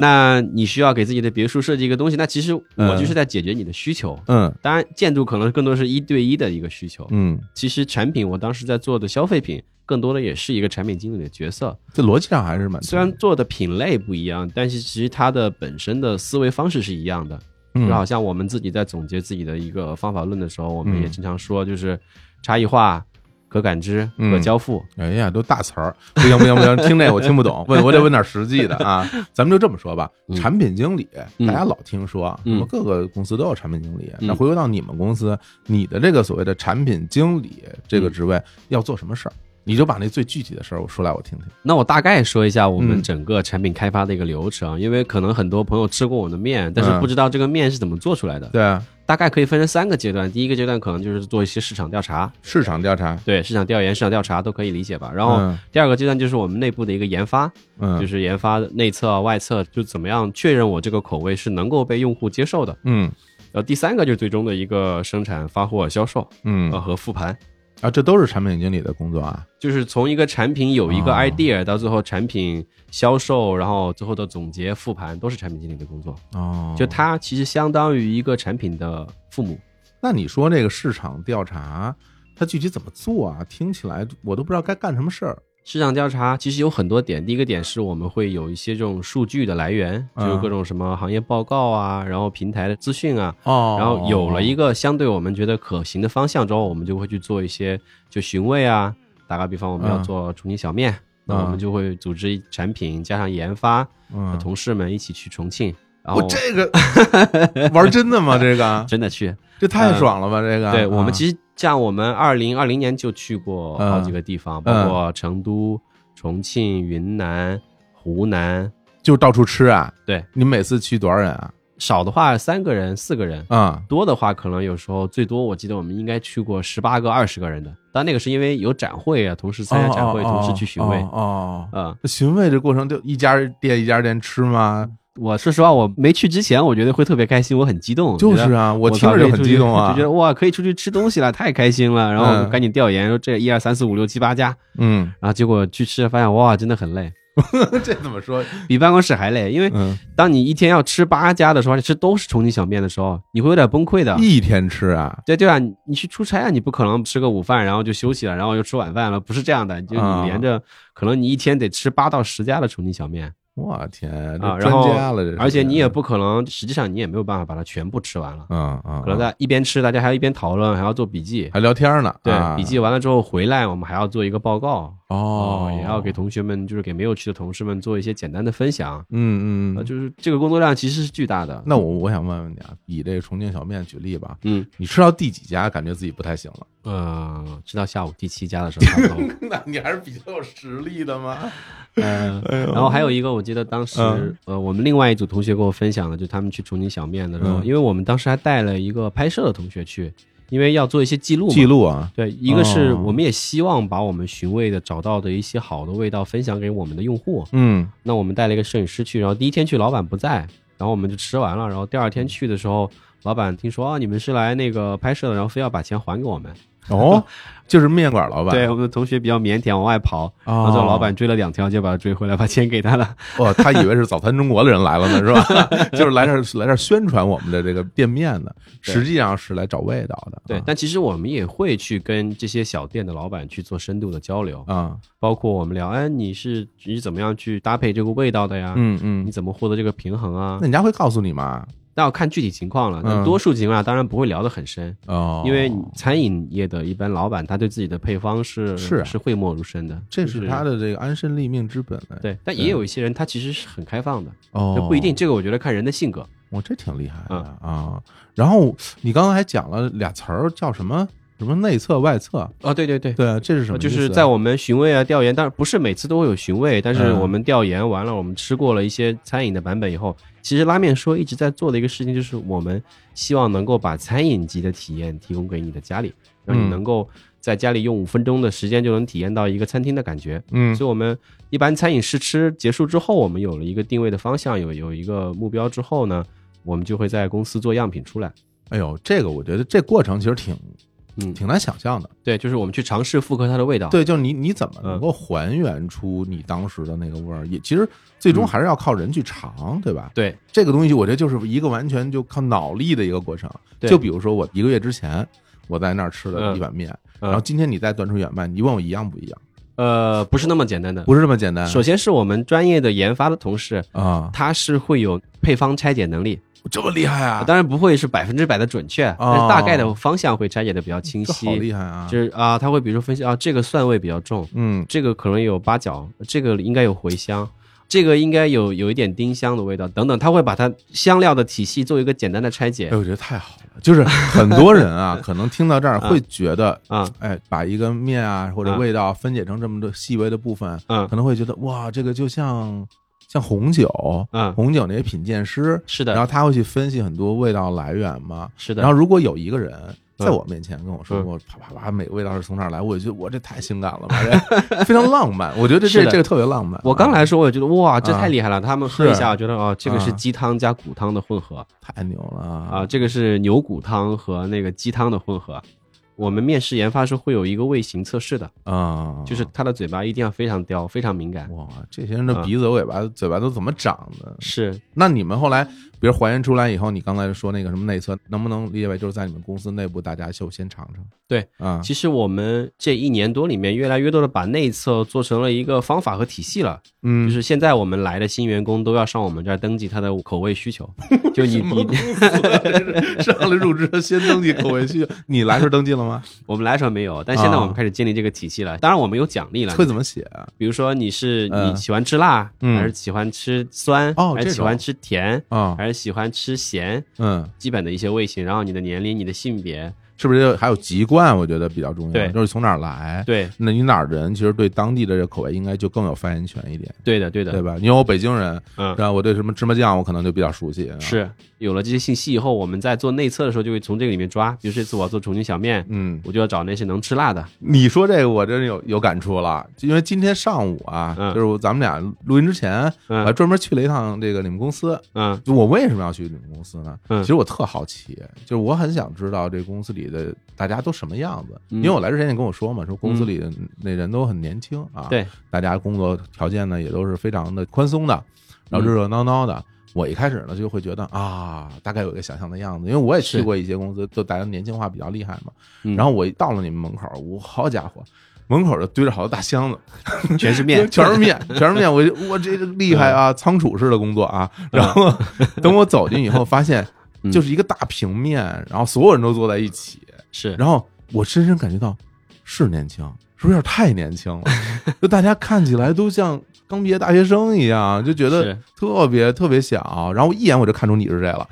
S2: 那你需要给自己的别墅设计一个东西，那其实我
S1: 嗯
S2: 就是在解决你的需求。
S1: 嗯
S2: 当然，建筑可能更多是一对一的一个需求。
S1: 嗯，
S2: 其实产品，我当时在做的消费品，更多的也是一个产品经理的角色。
S1: 这逻辑上还是蛮
S2: 虽然做的品类不一样，但是其实它的本身的思维方式是一样的。
S1: 嗯嗯
S2: 就好像我们自己在总结自己的一个方法论的时候，我们也经常说，就是差异化、可感知、
S1: 嗯
S2: 可交付。
S1: 哎呀，都大词儿，不行不行不 行，听这我听不懂，问我得问点实际的 啊。咱们就这么说吧，产品经理
S2: 嗯
S1: 大家老听说，
S2: 嗯
S1: 什么各个公司都有产品经理。
S2: 嗯
S1: 那回归到你们公司，你的这个所谓的产品经理这个职位要做什么事儿？你就把那最具体的事儿我说来我听听。
S2: 那我大概说一下我
S1: 嗯
S2: 们整个产品开发的一个流程，因为可能很多朋友吃过我的面，但是
S1: 嗯
S2: 不知道这个面是怎么做出来的。
S1: 对啊，
S2: 大概可以分成三个阶段，第一个阶段可能就是做一些市场调查，
S1: 市场调查，
S2: 对市场调研、市场调查都可以理解吧。然后
S1: 嗯
S2: 第二个阶段就是我们内部的一个研发，就
S1: 嗯
S2: 是研发内测啊、外测，就怎么样确认我这个口味是能够被用户接受的。
S1: 嗯
S2: 然呃后第三个就是最终的一个生产、发货、销售呃
S1: 嗯
S2: 和复盘，
S1: 啊，这都是产品经理的工作啊。
S2: 就是从一个产品有一个
S1: 哦
S2: idea 到最后产品销售，然后最后的总结、复盘都是产品经理的工作。
S1: 哦，
S2: 就它其实相当于一个产品的父母。
S1: 那你说这个市场调查，它具体怎么做啊？听起来我都不知道该干什么事儿。
S2: 市场调查其实有很多点，第一个点是我们会有一些这种数据的来源，就
S1: 嗯
S2: 有各种什么行业报告啊，然后平台的资讯啊，
S1: 哦
S2: 然后有了一个相对我们觉得可行的方向之后，我们就会去做一些就询问啊，打个比方，我们要
S1: 嗯
S2: 做重庆小面，那我们就会组织产品加上研发，
S1: 嗯
S2: 同事们一起去重庆，然
S1: 我
S2: 后
S1: 这个 玩真的吗？这 个
S2: 真的去，
S1: 这太爽了吧！这个啊
S2: 对我们
S1: 实
S2: 其实像我们二零二零年就去过好几个地
S1: 嗯
S2: 方，包括成都、重庆、云南、湖南，
S1: 就到处吃啊。
S2: 对，
S1: 你每次去多少人啊？
S2: 少的话三个人、四个人，
S1: 啊，
S2: 多的话，可能有时候最多，我记得我们应该去过十八个、二十个人的，但那个是因为有展会啊，同时参加展会，
S1: 哦
S2: 同时去询问
S1: 哦
S2: 啊、
S1: 哦哦。哦那询问这过程就一家店一家店吃吗？
S2: 我说实话，我没去之前，我觉得会特别开心，我很激动，
S1: 就
S2: 觉
S1: 是
S2: 得
S1: 啊，我听
S2: 操
S1: 着
S2: 可以
S1: 就很
S2: 出去
S1: 激动啊
S2: 就觉。得哇，可以出去吃东西了， 太开心了。然后我就
S1: 嗯
S2: 赶紧调研，说这一二三四五六七八家，
S1: 嗯，
S2: 然后结果去吃了，发现哇，真的很累，
S1: 这怎么说？
S2: 比办公室还累，因为
S1: 嗯，
S2: 当你一天要吃八家的时候，而且吃都是重庆小面的时候，你会有点崩溃的。
S1: 一天吃啊？
S2: 对对啊，你你去出差啊，你不可能吃个午饭然后就休息了，然后又吃晚饭了，不是这样的。就
S1: 啊
S2: 你连着，可能你一天得吃八到十家的重庆小面
S1: 我天，
S2: 啊，
S1: 这
S2: 然
S1: 专
S2: 后
S1: 家了这是。
S2: 而且你也不可能，实际上你也没有办法把它全部吃完了。
S1: 嗯嗯，
S2: 可
S1: 嗯
S2: 能在一边吃，大家还要一边讨论，还要做笔记。
S1: 还聊天呢。
S2: 对
S1: 啊，
S2: 笔记完了之后回来，我们还要做一个报告，
S1: 哦，
S2: 也要给同学们，就是给没有去的同事们做一些简单的分享。
S1: 嗯嗯
S2: 呃，
S1: 嗯。
S2: 就是这个工作量其实是巨大的。
S1: 那我我想问问你啊，以这个重庆小面举例吧，
S2: 嗯
S1: 你吃到第几家感觉自己不太行了？
S2: 呃，直到下午第七家的时候差不多，
S1: 那你还是比较有实力的嘛。
S2: 嗯，然后还有一个，我记得当时、
S1: 嗯
S2: 呃，我们另外一组同学跟我分享的，就是他们去重庆小面的时候，
S1: 嗯
S2: 因为我们当时还带了一个拍摄的同学去，因为要做一些记录嘛。
S1: 记录啊，
S2: 对，一个是
S1: 哦
S2: 我们也希望把我们寻味的、找到的一些好的味道分享给我们的用户。
S1: 嗯
S2: 那我们带了一个摄影师去，然后第一天去老板不在，然后我们就吃完了，然后第二天去的时候，老板听说啊你们是来那个拍摄的，然后非要把钱还给我们。
S1: 哦，就是面馆老板
S2: 对，我们的同学比较腼腆，往外跑，然
S1: 啊，
S2: 后最后老板追了两条街，把他追回来，把钱给他了。
S1: 哦，他以为是早餐中国的人来了呢，是吧？ 就是来这儿来这儿宣传我们的这个店面的，
S2: 对
S1: 实际上是来找味道的。
S2: 对，但其实我们也会去跟这些小店的老板去做深度的交流，
S1: 啊，
S2: 包括我们聊，哎，你是你怎么样去搭配这个味道的呀？
S1: 嗯嗯
S2: 你，怎么获得这个平衡啊
S1: 那？人家会告诉你吗？
S2: 那要看具体情况了。
S1: 嗯
S2: 那多数情况下当然不会聊得很深，
S1: 哦，
S2: 因为你餐饮业的一般老板他对自己的配方是
S1: 是啊
S2: 是讳莫如深的，
S1: 这
S2: 就是
S1: 他的这个安身立命之本嘞。
S2: 对。但也有一些人他其实是很开放的，
S1: 哦，
S2: 这不一定。这个我觉得看人的性格。
S1: 我这挺厉害的
S2: 嗯
S1: 啊。然后你刚才还讲了俩词儿，叫什么什么内测外测？
S2: 哦，对对对。
S1: 对，这是什么意思
S2: 就
S1: 啊？
S2: 是在我们询问啊调研，当然不是每次都会有询问，但是
S1: 嗯
S2: 我们调研完了，我们吃过了一些餐饮的版本以后，其实拉面说一直在做的一个事情，就是我们希望能够把餐饮级的体验提供给你的家里，让你
S1: 嗯
S2: 能够在家里用五分钟的时间就能体验到一个餐厅的感觉。
S1: 嗯
S2: 所以，我们一般餐饮试吃结束之后，我们有了一个定位的方向，有有一个目标之后呢，我们就会在公司做样品出来。
S1: 哎呦，这个我觉得这过程其实挺
S2: 嗯，
S1: 挺难想象的。
S2: 对，就是我们去尝试复刻它的味道。
S1: 对，就是你你怎么能
S2: 啊嗯
S1: 够还原出你当时的那个味儿？也其实最
S2: 嗯
S1: 终还是要靠人去尝，对吧？
S2: 对，
S1: 这个东西我觉得就是一个完全就靠脑力的一个过程。
S2: 对
S1: 就比如说我一个月之前我在那儿吃了
S2: 嗯
S1: 一碗面，
S2: 嗯
S1: 然后今天你再端出一碗面，你问我一样不一样？
S2: 呃，不是那么简单的。
S1: 不是这么简单
S2: 首先是我们专业的研发的同事，
S1: 啊，
S2: 他是会有配方拆解能力，
S1: 这么厉害啊！哦
S2: 当然不会是百分之百的准确，但是大概的方向会拆解的比较清
S1: 这好
S2: 晰。
S1: 厉害啊！
S2: 就是啊，他会比如说分析啊，这个蒜味比较重，
S1: 嗯
S2: 这个可能有八角，这个应该有茴香，这个应该有有一点丁香的味道等等，他会把它香料的体系做一个简单的拆解
S1: 哎，我觉得太好了，就是很多人 啊，可能听到这儿
S2: 嗯
S1: 会觉得，
S2: 啊，
S1: 哎，把一个面啊或者
S2: 啊
S1: 味道分解成这么多细微的部分，
S2: 嗯
S1: 可能会觉得哇，这个就像像红酒，
S2: 嗯，
S1: 红酒那些品鉴师，
S2: 是
S1: 然后
S2: 的，
S1: 他会去分析很多味道来源嘛。
S2: 是
S1: 然后
S2: 的，
S1: 如果有一个人
S2: 嗯
S1: 在我面前跟我说
S2: 嗯
S1: 过啪啪啪，每个味道是从哪儿来，我就觉得我这太性感 了吧，这非常浪漫，我觉得这
S2: 是的
S1: 这个特别浪漫。
S2: 我刚来的时候我也觉得哇，这
S1: 啊
S2: 太厉害了，他们喝一
S1: 是
S2: 下，我觉得哦，这个是
S1: 啊
S2: 鸡汤加骨汤的混合，
S1: 太牛了
S2: 啊，！这个是牛骨汤和那个鸡汤的混合。我们面试研发是会有一个味型测试的，
S1: 啊，
S2: 就是他的嘴巴一定要非常刁，非常敏感。
S1: 哇，这些人的
S2: 啊
S1: 鼻子、尾巴、嘴巴都怎么长的？
S2: 是，
S1: 那你们后来，比如还原出来以后，你刚才说那个什么内测，能不能理解为就是在你们公司内部大家就先尝尝？
S2: 对
S1: 啊，
S2: 其实我们这一年多里面，越来越多的把内测做成了一个方法和体系了。
S1: 嗯，
S2: 就是现在我们来的新员工都要上我们这儿登记他的口味 需求，就你你
S1: 上来入职先登记口味需求，你来时候登记了 吗？
S2: 我们来的时候没有，但现在我
S1: 啊
S2: 们开始建立这个体系了。当然我们有奖励了，
S1: 会怎么写啊？
S2: 比如说你是
S1: 嗯
S2: 你喜欢吃辣，
S1: 嗯
S2: 还是喜欢吃酸，
S1: 哦
S2: 还是
S1: 这
S2: 喜欢
S1: 种
S2: 吃甜，
S1: 啊
S2: 还是喜欢吃咸，
S1: 嗯，
S2: 基本的一些味型，然后你的年龄、你的性别，
S1: 是不是就还有籍贯？我觉得比较重要，
S2: 对
S1: 就是从哪儿来。
S2: 对，
S1: 那你哪儿人，其实对当地的这个口味应该就更有发言权一点，
S2: 对的，对的，
S1: 对吧？你有我北京人，
S2: 嗯，
S1: 然后我对什么芝麻酱我可能就比较熟悉。，啊
S2: 是有了这些信息以后，我们在做内测的时候就会从这个里面抓，比如这次我要做重庆小面，
S1: 嗯，
S2: 我就要找那些能吃辣的，
S1: 你说这个我真是有有感触了，因为今天上午啊，
S2: 嗯
S1: 就是咱们俩录音之前，我还
S2: 嗯
S1: 专门去了一趟这个你们公司。
S2: 嗯
S1: 就我为什么要去你们公司呢？
S2: 嗯
S1: 其实我特好奇，就是我很想知道这公司里的大家都什么样子，
S2: 嗯
S1: 因为我来之前你跟我说嘛，说公司里的那人都很年轻啊，
S2: 对，
S1: 大家工作条件呢也都是非常的宽松的，然
S2: 嗯
S1: 后热热闹闹的。我一开始呢就会觉得啊，大概有一个想象的样子，因为我也去
S2: 是
S1: 过一些公司，就大家年轻化比较厉害嘛。
S2: 嗯
S1: 然后我一到了你们门口，我好家伙，门口就堆着好多大箱子，
S2: 全是 面，嗯
S1: 全是 面，全是面。我就我这个厉害啊，仓储式的工作啊。然后等我走进以后，发现
S2: 嗯
S1: 就是一个大平面，然后所有人都坐在一起，
S2: 是
S1: 然后我深深感觉到是年轻，是不是有点太年轻 了？就大家看起来都像刚毕业大学生一样，就觉得
S2: 是
S1: 特别特别小。然后我一眼我就看出你是谁了，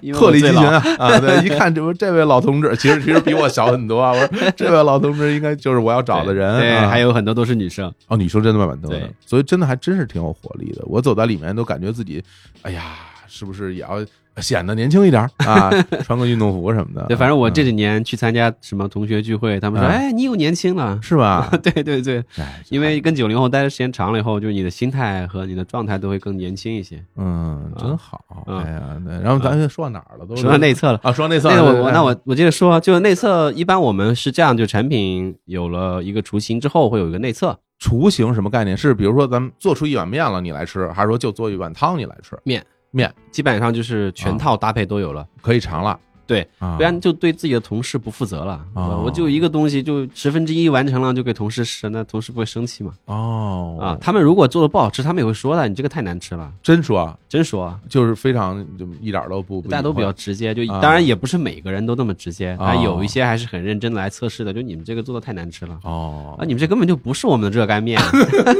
S2: 因为我
S1: 鹤立鸡群
S2: 最老
S1: 啊！啊，对， 一看这不这位老同志，其实其实比我小很多啊。我 说这位老同志应该就是我要找的人。
S2: 对，
S1: 啊
S2: 还有很多都是女生，
S1: 哦，你说真的慢慢腾的
S2: 对，
S1: 所以真的还真是挺有活力的。我走在里面都感觉自己，哎呀，是不是也要显得年轻一点儿 啊？穿个运动服什么的。
S2: 对，反正我
S1: 嗯
S2: 这几年去参加什么同学聚会，他们说，
S1: 嗯，
S2: 哎，你又年轻了
S1: 是吧？
S2: 对对对，
S1: 哎，
S2: 因为跟九零后待的时间长了以后，就是你的心态和你的状态都会更年轻一些。
S1: 嗯，真好。
S2: 嗯
S1: 哎呀，那然后咱们说到哪儿了？都是
S2: 说到内测了，
S1: 啊，说到内测。
S2: 那个
S1: 对
S2: 我
S1: 对
S2: 我那我我接着说，啊就是内测一般我们是这样，就产品有了一个雏形之后会有一个内测
S1: 雏形什么概念？是比如说咱们做出一碗面了，你来吃，还是说就做一碗汤你来吃？
S2: 面，
S1: 面
S2: 基本上就是全套搭配都有了，
S1: 可以尝了，
S2: 对，
S1: 啊
S2: 不然就对自己的同事不负责了。
S1: 哦
S2: 我就一个东西就十分之一完成了就给同事吃，那同事不会生气嘛？
S1: 哦
S2: 啊，他们如果做的不好吃，他们也会说的，你这个太难吃了，
S1: 真说
S2: 真说啊。
S1: 就是非常就一点儿都不，不
S2: 大家都
S1: 隐
S2: 比较
S1: 晦
S2: 直接，就
S1: 啊
S2: 当然也不是每个人都那么直接，
S1: 啊
S2: 啊，有一些还是很认真的来测试的。就你们这个做的太难吃了
S1: 哦
S2: 啊，你们这根本就不是我们的热干面，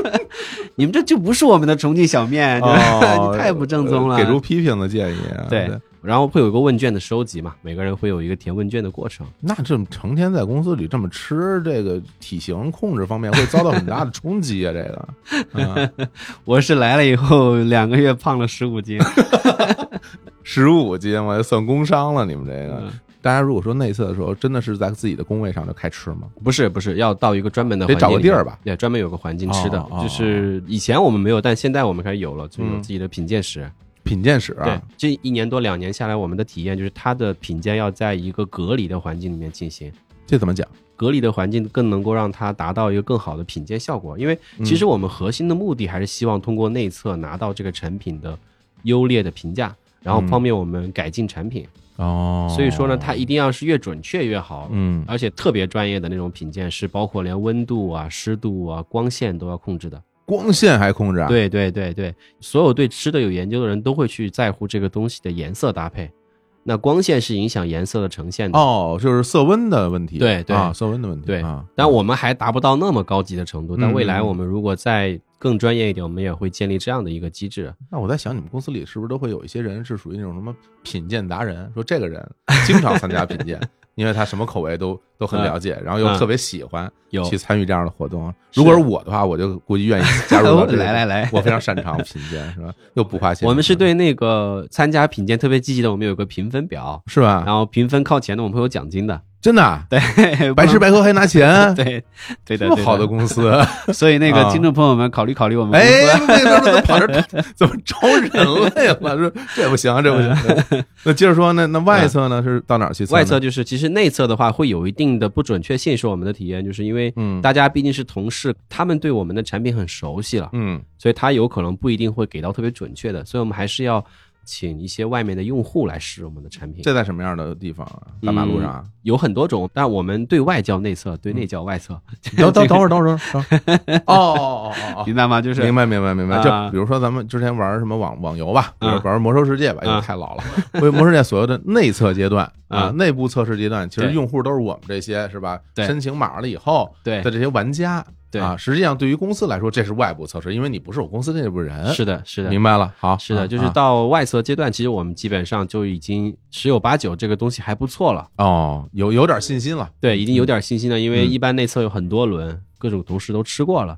S2: 你们这就不是我们的重庆小 面，对吧
S1: 哦
S2: 你太不正宗了。
S1: 给出批评的建议啊。
S2: 嗯对，然后会有一个问卷的收集嘛，每个人会有一个填问卷的过程。
S1: 那这么成天在公司里这么吃，这个体型控制方面会遭到很大的冲击啊！这 个，啊，
S2: 我是来了以后两个月胖了十五斤，
S1: 十五斤我就算工伤了，你们这个
S2: 嗯。
S1: 大家如果说内测的时候，真的是在自己的工位上就开吃吗？
S2: 不是不是，要到一个专门的
S1: 得
S2: 环境
S1: 找个
S2: 里
S1: 地
S2: 面
S1: 儿吧，
S2: 对，专门有个环境吃的，
S1: 哦哦哦
S2: 就是以前我们没有，但现在我们开始有了，就有
S1: 嗯
S2: 自己的品鉴室。
S1: 品鉴室啊，
S2: 对，这一年多两年下来，我们的体验就是它的品鉴要在一个隔离的环境里面进行，
S1: 这怎么讲？
S2: 隔离的环境更能够让它达到一个更好的品鉴效果。因为
S1: 嗯
S2: 其实我们核心的目的还是希望通过内测拿到这个产品的优劣的评价。然后方便我们改进产品，
S1: 嗯哦，
S2: 所以说呢，它一定要是越准确越好，
S1: 嗯
S2: 而且特别专业的那种品鉴是包括连温度啊、湿度啊、光线都要控制的。
S1: 光线还控制啊？，
S2: 对对对对，所有对吃的有研究的人都会去在乎这个东西的颜色搭配。那光线是影响颜色的呈现的，
S1: 哦，就是色温的问题，
S2: 对对
S1: 啊，色温的问题，
S2: 对
S1: 啊。
S2: 但我们还达不到那么高级的程度。但未来
S1: 嗯
S2: 我们如果再更专业一点，我们也会建立这样的一个机制。
S1: 那我在想，你们公司里是不是都会有一些人是属于那种什么品鉴达人？说这个人经常参加品鉴，因为他什么口味都都很了解，然后又特别喜欢
S2: 有
S1: 去参与这样的活动。如果是我的话，我就估计愿意加入到这个。
S2: 来来来
S1: 我非常擅长品鉴，是吧？又不花钱。
S2: 我们是对那个参加品鉴特别积极的，我们有个评分表，
S1: 是吧？
S2: 然后评分靠前的我们会有奖金的。
S1: 真的啊
S2: 对，
S1: 白吃
S2: 白
S1: 白喝还拿钱，
S2: 对对
S1: 这
S2: 的，
S1: 么
S2: 对
S1: 好的。公司，
S2: 所以那
S1: 啊
S2: 个听众朋友们，考虑考虑我们公司。
S1: 哎，那时候怎么跑这儿怎么招人来了？说这不行，这不行。那接着说，那那外侧呢是到哪儿去？
S2: 外侧，就是，其实内测的话会有一定的不准确性，是我们的体验，就是因为
S1: 嗯
S2: 大家毕竟是同事，他们对我们的产品很熟悉了，
S1: 嗯，
S2: 所以他有可能不一定会给到特别准确的，所以我们还是要请一些外面的用户来试我们的产品。
S1: 这在什么样的地方啊？大马
S2: 嗯
S1: 路上啊？
S2: 有很多种，但我们对外叫内测，对内叫外测，
S1: 等等等会儿，等会儿，等 会儿。等会儿哦哦哦哦
S2: 哦明白吗？就
S1: 哦，
S2: 是
S1: 明白明白明白。
S2: 啊
S1: 就比如说咱们之前玩什么网网游吧，比如
S2: 嗯
S1: 玩魔兽世界吧，因为
S2: 嗯
S1: 太老了。因为魔兽世界所有的内测阶段啊，
S2: 嗯
S1: 内部测试阶段，其实
S2: 对
S1: 用户都是我们这些是吧？
S2: 对
S1: 申请码了以后
S2: 对
S1: 的这些玩家。
S2: 对
S1: 啊，实际上对于公司来说，这是外部测试，因为你不是我公司内部人。
S2: 是的，是的，
S1: 明白了，好，
S2: 是的，
S1: 啊
S2: 就是
S1: 啊
S2: 到外测阶段，其实我们基本上就已经十有八九这个东西还不错了。
S1: 哦，有有点信心了。
S2: 对，已经有点信心了，因为
S1: 嗯
S2: 一般内测有很多轮，各种同事都吃过了。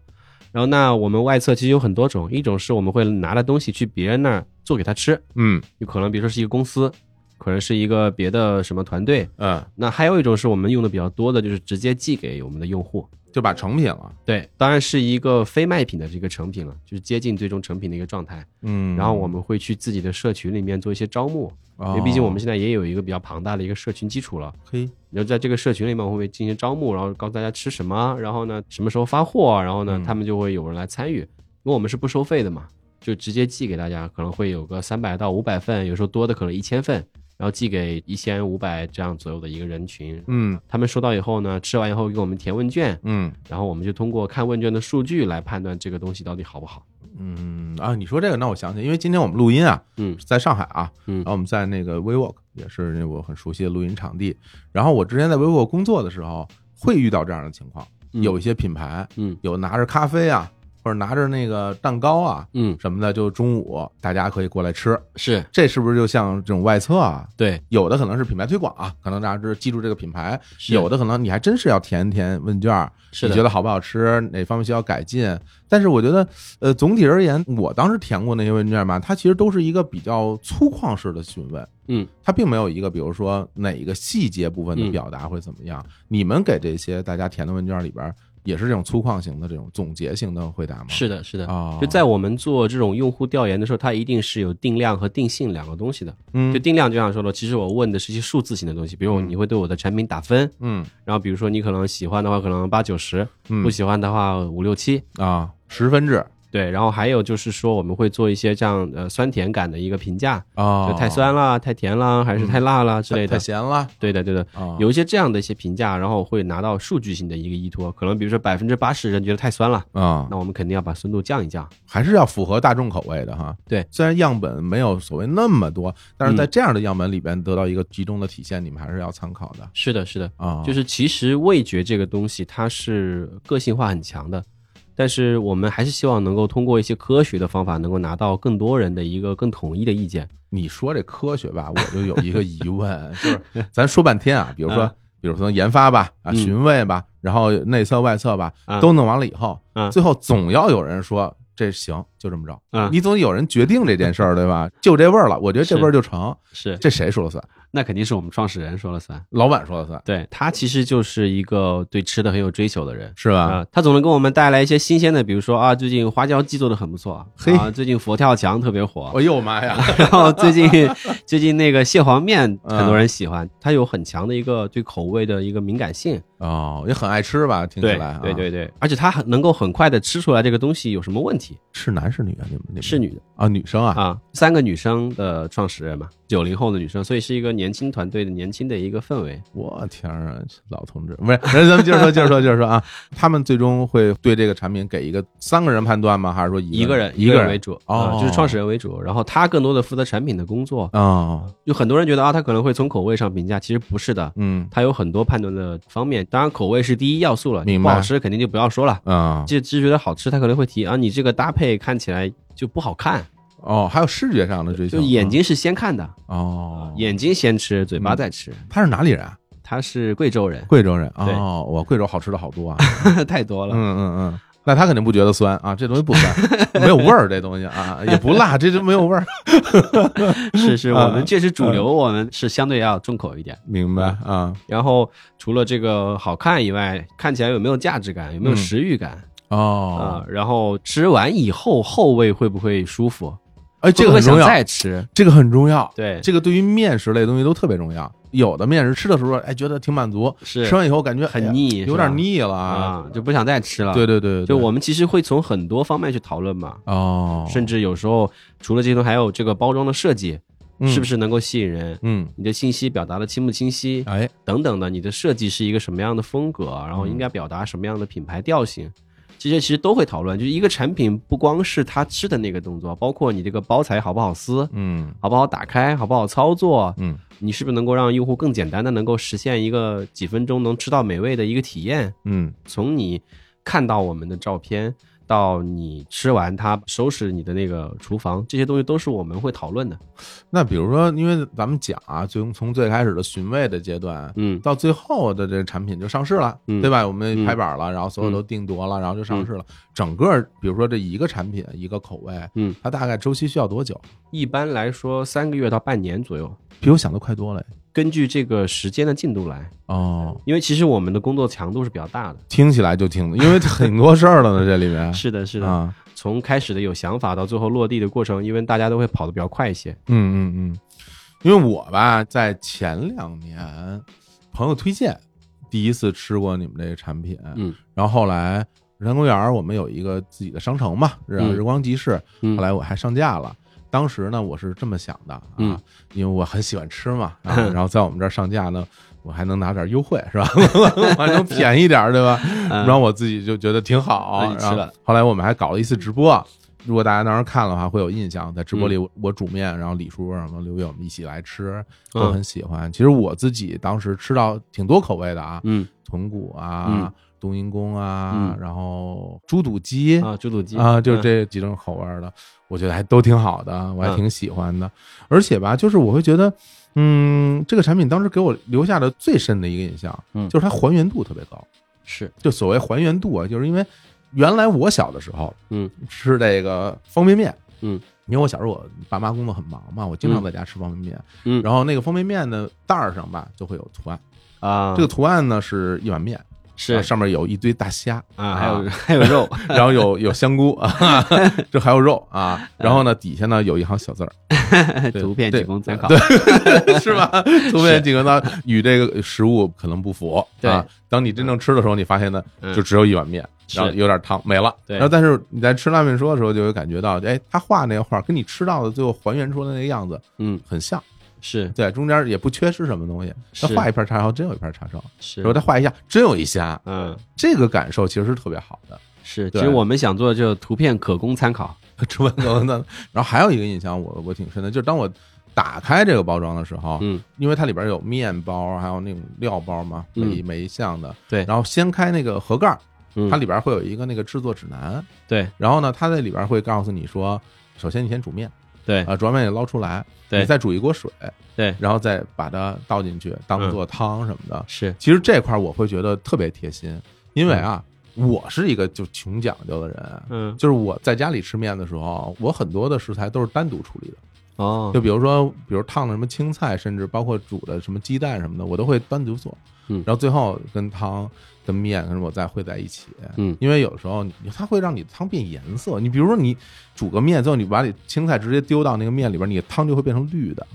S2: 然后那我们外测其实有很多种，一种是我们会拿了东西去别人那儿做给他吃，
S1: 嗯
S2: 有可能比如说是一个公司，可能是一个别的什么团队。
S1: 嗯，
S2: 那还有一种是我们用的比较多的，就是直接寄给我们的用户。
S1: 就把成品了。
S2: 对，当然是一个非卖品的这个成品了，就是接近最终成品的一个状态。
S1: 嗯，哦
S2: 然后我们会去自己的社群里面做一些招募，因为毕竟我们现在也有一个比较庞大的一个社群基础了。
S1: 黑
S2: 然后在这个社群里面，我们会进行招募，然后告诉大家吃什么，然后呢什么时候发货，啊然后呢
S1: 嗯
S2: 他们就会有人来参与，因为我们是不收费的嘛，就直接寄给大家，可能会有个三百到五百份，有时候多的可能一千份，然后寄给一千五百这样左右的一个人群。
S1: 嗯
S2: 他们收到以后呢，吃完以后给我们填问卷，
S1: 嗯
S2: 然后我们就通过看问卷的数据来判断这个东西到底好不好。
S1: 嗯啊，你说这个，那我想起，因为今天我们录音啊，
S2: 嗯
S1: 在上海啊，
S2: 嗯
S1: 然后我们在那个 WeWork 也是那我很熟悉的录音场地。然后我之前在 WeWork 工作的时候，会遇到这样的情况，
S2: 嗯
S1: 有一些品牌
S2: 嗯
S1: 有拿着咖啡啊，或者拿着那个蛋糕啊
S2: 嗯，
S1: 什么的，就中午大家可以过来吃。
S2: 是
S1: 这是不是就像这种外测啊？
S2: 对，
S1: 有的可能是品牌推广啊，可能大家就是记住这个品牌；
S2: 是
S1: 有的可能你还真是要填一填问卷儿，
S2: 是
S1: 你
S2: 的，
S1: 觉得好不好吃，哪方面需要改进。但是我觉得，呃，总体而言，我当时填过那些问卷吧，它其实都是一个比较粗犷式的询问，
S2: 嗯，
S1: 它并没有一个比如说哪一个细节部分的表达会怎么样。你们给这些大家填的问卷里边儿，也是这种粗犷型的这种总结型的回答吗？
S2: 是的，是的。
S1: 啊，
S2: 就在我们做这种用户调研的时候，它一定是有定量和定性两个东西的。
S1: 嗯
S2: 就定量，就像说了，其实我问的是一些数字性的东西，比如你会对我的产品打分，
S1: 嗯
S2: 然后比如说你可能喜欢的话，可能八九十，
S1: 嗯
S2: 不喜欢的话五六七。
S1: 啊，十分制
S2: 对，然后还有就是说，我们会做一些这样呃酸甜感的一个评价，
S1: 啊，
S2: 就太酸了、太甜了，还哦是太哦辣了之类
S1: 太
S2: 的。
S1: 咸了
S2: 对的，对的，
S1: 啊，
S2: 有一些这样的一些评价，然后会拿到数据性的一个依托，可能比如说百分之八十人觉得太酸了，
S1: 啊，
S2: 那我们肯定要把酸度降一降。
S1: 还是要符合大众口味的哈。
S2: 对，
S1: 虽然样本没有所谓那么多，但是在
S2: 嗯
S1: 这样的样本里边得到一个集中的体现，你们还是要参考的
S2: 是的，是的，
S1: 啊。
S2: 就是其实味觉这个东西它是个性化很强的，但是我们还是希望能够通过一些科学的方法，能够拿到更多人的一个更统一的意见。
S1: 你说这科学 吧，我就有一个疑问，就是咱说半天啊，比如说
S2: 嗯，
S1: 比如说研发吧，啊，
S2: 嗯
S1: 寻味吧，然后内测外测吧，
S2: 嗯
S1: 都弄完了以后，
S2: 嗯
S1: 最后总要有人说这行，就这么着。
S2: 嗯
S1: 你总有人决定这件事儿，对吧？就这味儿了，我觉得这
S2: 是
S1: 味儿就成，
S2: 是，
S1: 这谁说了算？
S2: 那肯定是我们创始人说了算。
S1: 老板说了算，
S2: 对他其实就是一个对吃的很有追求的人。
S1: 是吧？
S2: 啊、他总能给我们带来一些新鲜的，比如说啊，最近花椒鸡做的很不错，
S1: 嘿
S2: 啊，最近佛跳墙特别火，
S1: 哎呦妈呀！
S2: 然后最近 最近那个蟹黄面
S1: 嗯
S2: 很多人喜欢，它有很强的一个对口味的一个敏感性，
S1: 哦，也很爱吃吧？听起
S2: 对
S1: 来、啊，
S2: 对对对，而且它很能够很快的吃出来这个东西有什么问题。
S1: 是男是女啊？你们你们
S2: 是女的
S1: 啊，女生啊，
S2: 啊，三个女生的创始人嘛，九零后的女生，所以是一个年轻团队的年轻的一个氛围。
S1: 我天儿啊，老同志，不是， 咱咱们接着说，接着说，接着说啊，他们最终会对这个产品给一个三个人判断吗？还是说一
S2: 一
S1: 个
S2: 个人，
S1: 一
S2: 个人为
S1: 人？
S2: 主，
S1: 哦
S2: 呃就是创始人为主，然后他更多的负责产品的工作。
S1: 哦，
S2: 有很多人觉得啊，他可能会从口味上评价，其实不是的，
S1: 嗯
S2: 他有很多判断的方面。当然，口味是第一要素了，
S1: 明
S2: 不
S1: 白
S2: 好吃肯定就不要说了。
S1: 啊、
S2: 这只觉得好吃，他可能会提啊，你这个搭配看起来就不好看，
S1: 哦，还有视觉上的追求，
S2: 就眼睛是先看的，
S1: 嗯哦，
S2: 眼睛先吃，嘴巴再吃。
S1: 他是哪里人啊？，
S2: 他是贵州人
S1: 贵州人
S2: 对
S1: 哦，我贵州好吃的好 多啊，
S2: 太多
S1: 嗯
S2: 了。
S1: 嗯嗯。那他肯定不觉得酸啊，这东西不酸，没有味儿，这东西啊也不辣，这就没有味儿。
S2: 是是，
S1: 啊
S2: 我们确实主流，我们是相对要重口一点。
S1: 明白啊？
S2: 然后除了这个好看以外，看起来有没有价值感，有没有
S1: 嗯
S2: 食欲感啊
S1: 哦，？
S2: 然后吃完以后后味会不会舒服？
S1: 哎，这个
S2: 会
S1: 很
S2: 不
S1: 重
S2: 会想
S1: 要，
S2: 再吃。
S1: 这个很重要。
S2: 对，
S1: 这个对于面食类的东西都特别重要。有的面食吃的时候，哎，觉得挺满足，
S2: 是
S1: 吃完以后感觉哎呀
S2: 很腻，
S1: 有点
S2: 是吧
S1: 腻了啊。
S2: 啊，就不想再吃了。
S1: 对对对，对
S2: 就我们其实会从很多方面去讨论嘛，
S1: 哦，
S2: 甚至有时候除了这些东西，还有这个包装的设计是不
S1: 是？
S2: 是能够吸引人，
S1: 嗯，
S2: 你的信息表达的清不清晰
S1: 哎，
S2: 等等的，你的设计是一个什么样的风格，然后
S1: 嗯
S2: 应该表达什么样的品牌调性。这些其实都会讨论，就是一个产品不光是它吃的那个动作，包括你这个包材好不好撕，
S1: 嗯
S2: 好不好打开，好不好操作，
S1: 嗯
S2: 你是不是能够让用户更简单的能够实现一个几分钟能吃到美味的一个体验？
S1: 嗯，
S2: 从你看到我们的照片到你吃完它，收拾你的那个厨房，这些东西都是我们会讨论的。
S1: 那比如说，因为咱们讲啊，从从最开始的寻味的阶段。
S2: 嗯，
S1: 到最后的这个产品就上市了，
S2: 嗯
S1: 对吧？我们
S2: 嗯
S1: 拍板了，然后所有都定夺了，然后就上市了。整个比如说这一个产品一个口味，
S2: 嗯，
S1: 它大概周期需要多久？
S2: 一般来说三个月到半年左右，
S1: 比我想的快多了。
S2: 根据这个时间的进度来，
S1: 哦，
S2: 因为其实我们的工作强度是比较大的。
S1: 听起来就挺，因为很多事儿了呢，这里面
S2: 是的，是的，
S1: 啊，
S2: 从开始的有想法到最后落地的过程，因为大家都会跑得比较快一些。
S1: 嗯嗯嗯，因为我吧，在前两年朋友推荐第一次吃过你们这个产品，
S2: 嗯，
S1: 然后后来日坛公园儿我们有一个自己的商城嘛，然后
S2: 嗯
S1: 日光集市，
S2: 嗯
S1: 后来我还上架了。当时呢，我是这么想的啊，
S2: 嗯
S1: 因为我很喜欢吃嘛， 啊然后在我们这儿上架呢，我还能拿点优惠，是吧？ 我还能便宜点儿，对吧？然后我自己就觉得挺好
S2: 嗯那你，吃
S1: 然后
S2: 了
S1: 后来我们还搞了一次直播，如果大家当时看了的话，会有印象。在直播
S2: 嗯
S1: 里，我我煮面，然后李叔什么刘勇一起来吃，
S2: 嗯
S1: 都很喜欢。其实我自己当时吃到挺多口味的啊，
S2: 嗯
S1: 豚骨啊
S2: 嗯、
S1: 冬阴功啊，
S2: 嗯
S1: 然后猪肚鸡
S2: 啊，猪肚鸡
S1: 啊，就
S2: 嗯
S1: 这几种口味儿的，我觉得还都挺好的，我还挺喜欢的。而且吧，就是我会觉得，嗯，这个产品当时给我留下的最深的一个印象，
S2: 嗯
S1: 就是它还原度特别高。
S2: 是
S1: 就所谓还原度啊，就是因为原来我小的时候，
S2: 嗯，
S1: 吃这个方便面，
S2: 嗯，
S1: 因为我小时候我爸妈工作很忙嘛，我经常在家吃方便面，
S2: 嗯
S1: 然后那个方便面的袋儿上吧就会有图案，
S2: 啊，
S1: 这个图案呢是一碗面，
S2: 是
S1: 啊上面有一堆大虾，
S2: 啊，还有还有肉，
S1: 然后有有香菇啊， 这还有肉啊，然后呢底下呢有一行小 字儿，对
S3: 图片
S1: 啊对
S3: 仅供参考。
S1: 是吧？图片几个呢与这个食物可能不符，
S2: 对
S1: 啊，当你真正吃的时候，你发现呢
S2: 嗯
S1: 就只有一碗面，然后
S2: 是
S1: 有点汤没了。
S2: 对
S1: 然后但是你在吃拉面说的时候，就会感觉到，哎，他画那个画跟你吃到的最后还原出来那个样子
S2: 嗯，
S1: 很像，
S2: 是
S1: 对，中间也不缺失什么东西。他
S2: 是
S1: 画一片叉烧，真有一片叉烧；
S2: 是
S1: 然后，他画一下，真有一虾。
S2: 嗯，
S1: 这个感受其实是特别好的。
S2: 是，其
S1: 对
S2: 实我们想做就图片可供参考，
S1: 吃完之后呢，然后还有一个印象我我挺深的，就是当我打开这个包装的时候，
S2: 嗯，
S1: 因为它里边有面包，还有那种料包嘛，
S2: 嗯
S1: 每每一项的。
S2: 对
S1: 然后掀开那个盒盖儿，
S2: 嗯
S1: 它里边会有一个那个制作指南，
S2: 对
S1: 然后呢，它在里边会告诉你说，首先你先煮面，
S2: 对
S1: 啊，煮完面也捞出来，
S2: 对
S1: 你再煮一锅水，
S2: 对嗯
S1: 然后再把它倒进去当做汤什么的。
S2: 是
S1: 其实这块儿我会觉得特别贴心，因为啊，我是一个就穷讲究的人。
S2: 嗯
S1: 就是我在家里吃面的时候，我很多的食材都是单独处理的，
S2: 哦
S1: 就比如说，比如烫的什么青菜，甚至包括煮的什么鸡蛋什么的，我都会单独做。
S2: 嗯
S1: 然后最后跟汤、跟面，跟我再会在一起。
S2: 嗯
S1: 因为有时候你它会让你汤变颜色。你比如说你煮个面，最后你把你青菜直接丢到那个面里边，你汤就会变成绿的。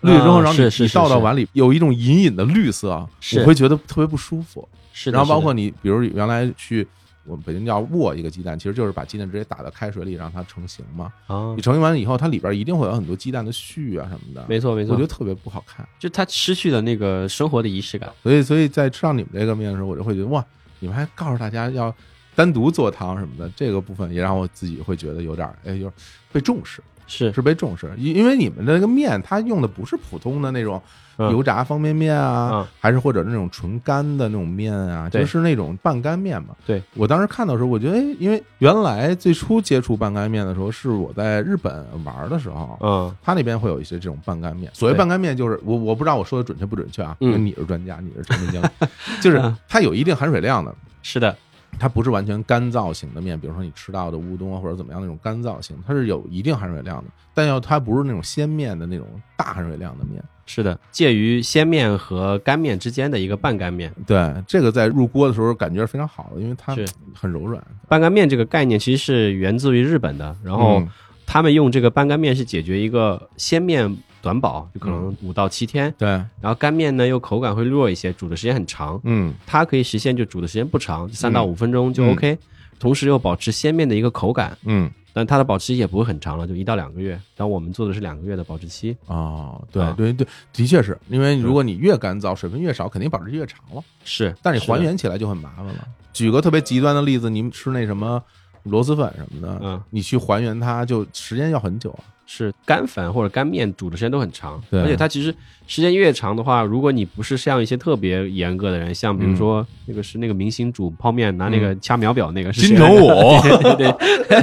S1: 绿之后，
S2: 啊
S1: 然后你
S2: 是是
S1: 你
S2: 是
S1: 倒到
S2: 是
S1: 碗里，有一种隐隐的绿色，
S2: 是
S1: 我会觉得特别不舒服。
S2: 是的，
S1: 然后包
S2: 是的
S1: 括你，比如原来去我们北京叫握一个鸡蛋，其实就是把鸡蛋直接打到开水里让它成型嘛。
S2: 哦
S1: 你，成型完了以后，它里边一定会有很多鸡蛋的絮啊什么的，
S2: 没错没错，
S1: 我觉得特别不好看。
S2: 就它失去了那个生活的仪式感，
S1: 所以，所以在吃到你们这个面的时候，我就会觉得哇，你们还告诉大家要单独做汤什么的，这个部分也让我自己会觉得有点儿哎，有点儿被重视，
S2: 是
S1: 是被重视。因因为你们的那个面，它用的不是普通的那种
S2: 嗯
S1: 油炸方便面啊，
S2: 嗯
S1: 还是或者那种纯干的那种面啊，
S2: 对
S1: 就是那种半干面嘛。
S2: 对
S1: 我当时看到的时候，我觉得，哎，因为原来最初接触半干面的时候，是我在日本玩儿的时候，
S2: 嗯
S1: 他那边会有一些这种半干面。所谓
S2: 对
S1: 半干面，就是我我不知道我说的准确不准确啊，
S2: 嗯
S1: 因为你是专家，你是产品经理， 就是它有一定含水量的，
S2: 是的，
S1: 它不是完全干燥型的面，比如说你吃到的乌冬啊或者怎么样那种干燥型，它是有一定含水量的，但要它不是那种鲜面的那种大含水量的面。
S2: 是的，介于鲜面和干面之间的一个半干面。
S1: 对，这个在入锅的时候感觉是非常好的，因为它
S2: 是
S1: 很柔软。
S2: 半干面这个概念其实是源自于日本的，然
S1: 然
S2: 后
S1: 后
S2: 他们用这个半干面是解决一个鲜面短保，
S1: 嗯
S2: 就可能五到七天，
S1: 对，
S2: 然后干面呢又口感会弱一些，煮的时间很长，
S1: 嗯
S2: 它可以实现就煮的时间不长，三到五分钟就
S1: 嗯
S2: OK，、同时又保持鲜面的一个口感，
S1: 嗯。
S2: 但它的保质期也不会很长了，就一到两个月。但我们做的是两个月的保质期，
S1: 哦，对
S2: 啊
S1: 对对，的确是因为如果你越干燥，水分越少，肯定保质期越长了。
S2: 是，
S1: 但是你
S2: 是的
S1: 还原起来就很麻烦了。举个特别极端的例子，你们吃那什么螺蛳粉什么的，
S2: 嗯
S1: 你去还原它，就时间要很久啊。
S2: 是干粉或者干面煮的时间都很长，
S1: 对啊
S2: 而且它其实时间越长的话，如果你不是像一些特别严格的人，
S1: 嗯
S2: 像比如说那个是那个明星煮泡面拿那个掐秒表那个是谁啊来 着
S1: 武
S2: 对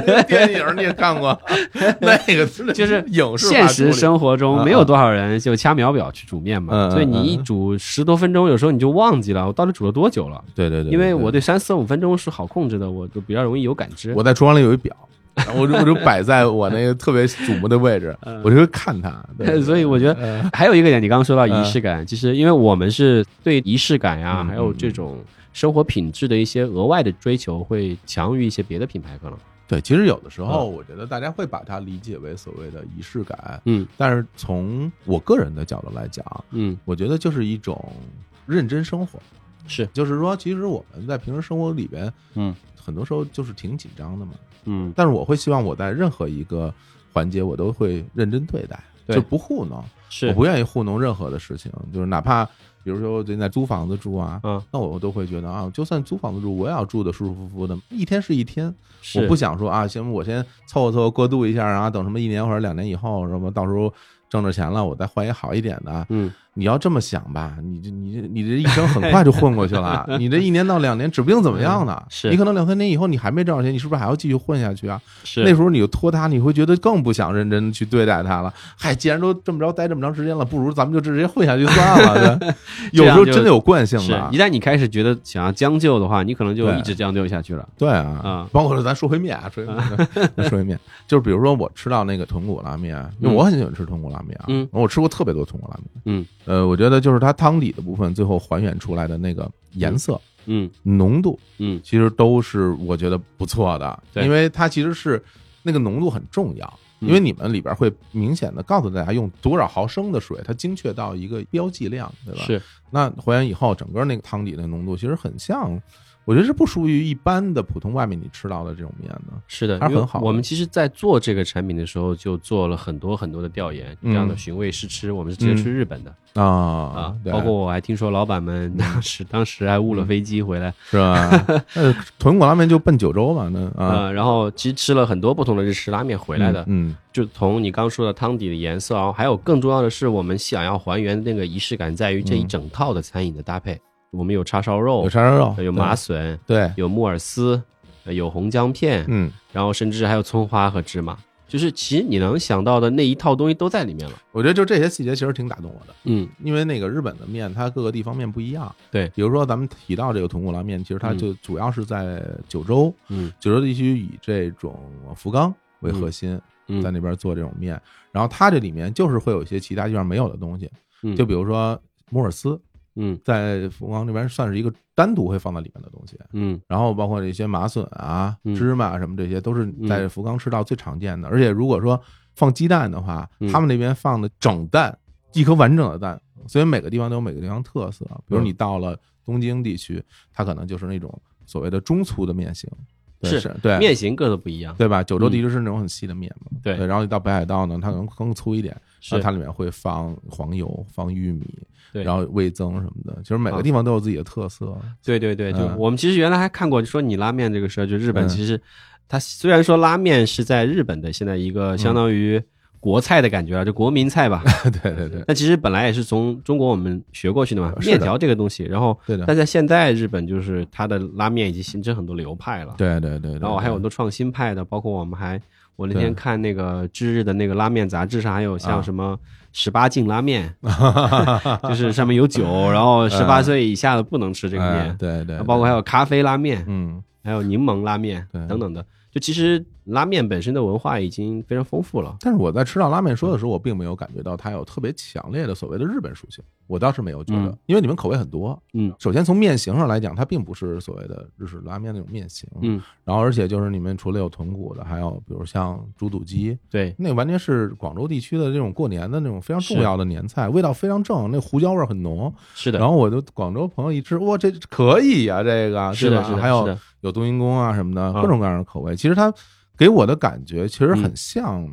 S2: 对对，
S1: 电影你也看 过，那个真的
S2: 就是
S1: 影视化
S2: 现实
S1: 处理
S2: 生活中没有多少人就掐秒表去煮面
S1: 啊嗯嗯
S2: 嘛，所以你一煮十多分钟，有时候你就忘记了我到底煮了多久了，
S1: 对对对，
S2: 因为我
S1: 对
S2: 对三四五分钟是好控制的，我就比较容易有感知。
S1: 我在厨房里有一表。然后我就我就摆在我那个特别瞩目的位 置，我就会看它。对对
S2: 嗯所以我觉得
S1: 嗯
S2: 还有一个点，你刚刚说到
S1: 嗯
S2: 仪式感，其实因为我们是对仪式感呀，
S1: 嗯
S2: 还有这种生活品质的一些额外的追求，会强于一些别的品牌可能。
S1: 对，其实有的时候我觉得大家会把它理解为所谓的仪式感，
S2: 嗯
S1: 但是从我个人的角度来讲，
S2: 嗯，
S1: 我觉得就是一种认真生活。
S2: 是
S1: 就是说，其实我们在平时生活里边，
S2: 嗯，
S1: 很多时候就是挺紧张的嘛。
S2: 嗯
S1: 但是我会希望我在任何一个环节，我都会认真对待，
S2: 对
S1: 就不糊弄，我
S2: 是
S1: 不愿意糊弄任何的事情，就是哪怕比如说我最近在租房子住啊，
S2: 嗯，
S1: 那我都会觉得啊，就算租房子住，我也要住的舒舒服服的，一天是一天，
S2: 是
S1: 我不想说啊，行，我先凑合凑合过渡一下，然后等什么一年或者两年以后，什么到时候挣着钱了，我再换一好一点 的。
S2: 嗯，
S1: 你要这么想吧，你这你这你这一生很快就混过去了，你这一年到两年指不定怎么样呢。
S2: 是
S1: 你可能两三年以后你还没挣着钱，你是不是还要继续混下去啊？
S2: 是
S1: 那时候你就拖沓，你会觉得更不想认真去对待它了。嗨，既然都这么着待这么长时间了，不如咱们就直接混下去算了。 对有时候真的有惯性
S2: 是
S1: 的
S2: 一，旦你开始觉得想要将就的话，你可能就
S1: 对
S2: 一直将就下去了。
S1: 对
S2: 啊
S1: 啊，包括说咱说回面啊，说回面 咱说回面，就是比如说我吃到那个豚骨拉面，因为我很喜欢吃豚骨拉面啊，
S2: 嗯
S1: 我吃过特别多豚骨拉面，
S2: 嗯，
S1: 呃，我觉得就是它汤底的部分最后还原出来的那个颜色、
S2: 嗯
S1: 浓度，
S2: 嗯，
S1: 其实都是我觉得不错的，
S2: 对
S1: 因为它其实是那个浓度很重要。
S2: 嗯
S1: 因为你们里边会明显的告诉大家用多少毫升的水，它精确到一个标记量，对吧？
S2: 是
S1: 那还原以后，整个那个汤底的浓度其实很像，我觉得是不属于一般的普通外面你吃到的这种面的。
S2: 是的，
S1: 它
S2: 因为
S1: 很好
S2: 我们其实，在做这个产品的时候，就做了很多很多的调研，这
S1: 嗯
S2: 样的寻味试吃，我们是直接去日本的
S1: 啊
S2: 啊。
S1: 对
S2: 包括我还听说老板们当时 当时还误了飞机回来
S1: 是 吧？那豚骨拉面就奔九州嘛，那啊
S2: 呃，然后其实吃了很多不同的日式拉面回来的，
S1: 嗯，嗯
S2: 就从你刚说的汤底的颜色，然啊后还有更重要的是，我们想要还原那个仪式感，在于这一整套的餐饮的搭配。我们有叉烧肉
S1: 嗯有，叉烧肉，
S2: 哦有麻笋，
S1: 对，对
S2: 有木耳丝，呃有红姜片，
S1: 嗯，
S2: 然后甚至还有葱花和芝麻，就是其实你能想到的那一套东西都在里面了。
S1: 我觉得就这些细节其实挺打动我的。
S2: 嗯，
S1: 因为那个日本的面，它各个地方面不一样。
S2: 对
S1: 比如说咱们提到这个豚骨拉面，其实它
S2: 嗯
S1: 就主要是在九州，
S2: 嗯，
S1: 九州地区以这种福冈为核心，
S2: 嗯
S1: 在那边做这种面。然后它这里面就是会有一些其他地方没有的东西，
S2: 嗯
S1: 就比如说摩尔斯，
S2: 嗯
S1: 在福冈这边算是一个单独会放到里面的东西。
S2: 嗯
S1: 然后包括这些麻笋啊、
S2: 嗯
S1: 芝麻什么这些，都是在福冈吃到最常见的。而且如果说放鸡蛋的话
S2: 嗯，
S1: 他们那边放的整蛋，一颗完整的蛋，所以每个地方都有每个地方特色。比如
S2: 嗯
S1: 你到了东京地区，它可能就是那种所谓的中粗的面型，对
S2: 是
S1: 对
S2: 面型各自不一样。
S1: 对吧？九州地区是那种很细的面嘛，
S2: 对
S1: 然后你到北海道呢，它可能更粗一点，然
S2: 是
S1: 后它里面会放黄油、放玉米，
S2: 对
S1: 然后味增什么的。其实每
S2: 啊
S1: 个地方都有自己的特色。
S2: 对对对，就
S1: 嗯
S2: 我们其实原来还看过说你拉面这个事儿，就日本
S1: 嗯
S2: 其实它虽然说拉面是在日本的现在一
S1: 嗯
S2: 个相当于国菜的感觉啊，就国民 菜吧，
S1: 对对对，
S2: 但其实本来也是从中国我们学过去的嘛，
S1: 是的
S2: 面条这个东西，然后
S1: 对的
S2: 但在现在日本就是它的拉面已经形成很多流派了，
S1: 对对对对。
S2: 然后还有
S1: 对
S2: 很多创新派的，包括我们还我那
S1: 对
S2: 天看那个知日的那个拉面杂志上，还有像
S1: 啊
S2: 什么十八禁拉 面，就是上面有酒，然后十八岁以下的不能吃这个
S1: 嗯哎
S2: 面，
S1: 对对，
S2: 啊包括还有咖啡拉面，
S1: 嗯，
S2: 还有柠檬拉面
S1: 对
S2: 等等的，就其实拉面本身的文化已经非常丰富了。
S1: 但是我在吃到拉面
S2: 嗯
S1: 说的时候，我并没有感觉到它有特别强烈的所谓的日本属性，我倒是没有觉得
S2: 嗯，
S1: 因为你们口味很多。
S2: 嗯
S1: 首先从面型上来讲，它并不是所谓的日式拉面那种面型，
S2: 嗯，
S1: 然后而且就是你们除了有豚骨的，还有比如像猪肚鸡，
S2: 对，
S1: 那完全是广州地区的这种过年的那种非常重
S2: 是
S1: 要的年菜，味道非常正，那胡椒味儿很浓。
S2: 是的
S1: 然，后我就广州朋友一吃，哇，这可以呀、这个
S2: 啊是
S1: 对
S2: 的，
S1: 吧
S2: 是
S1: 还
S2: 的，是
S1: 有
S2: 的
S1: 有冬阴功啊什么的，
S2: 啊嗯
S1: 各种各样的口味。其实它给我的感觉其实很像。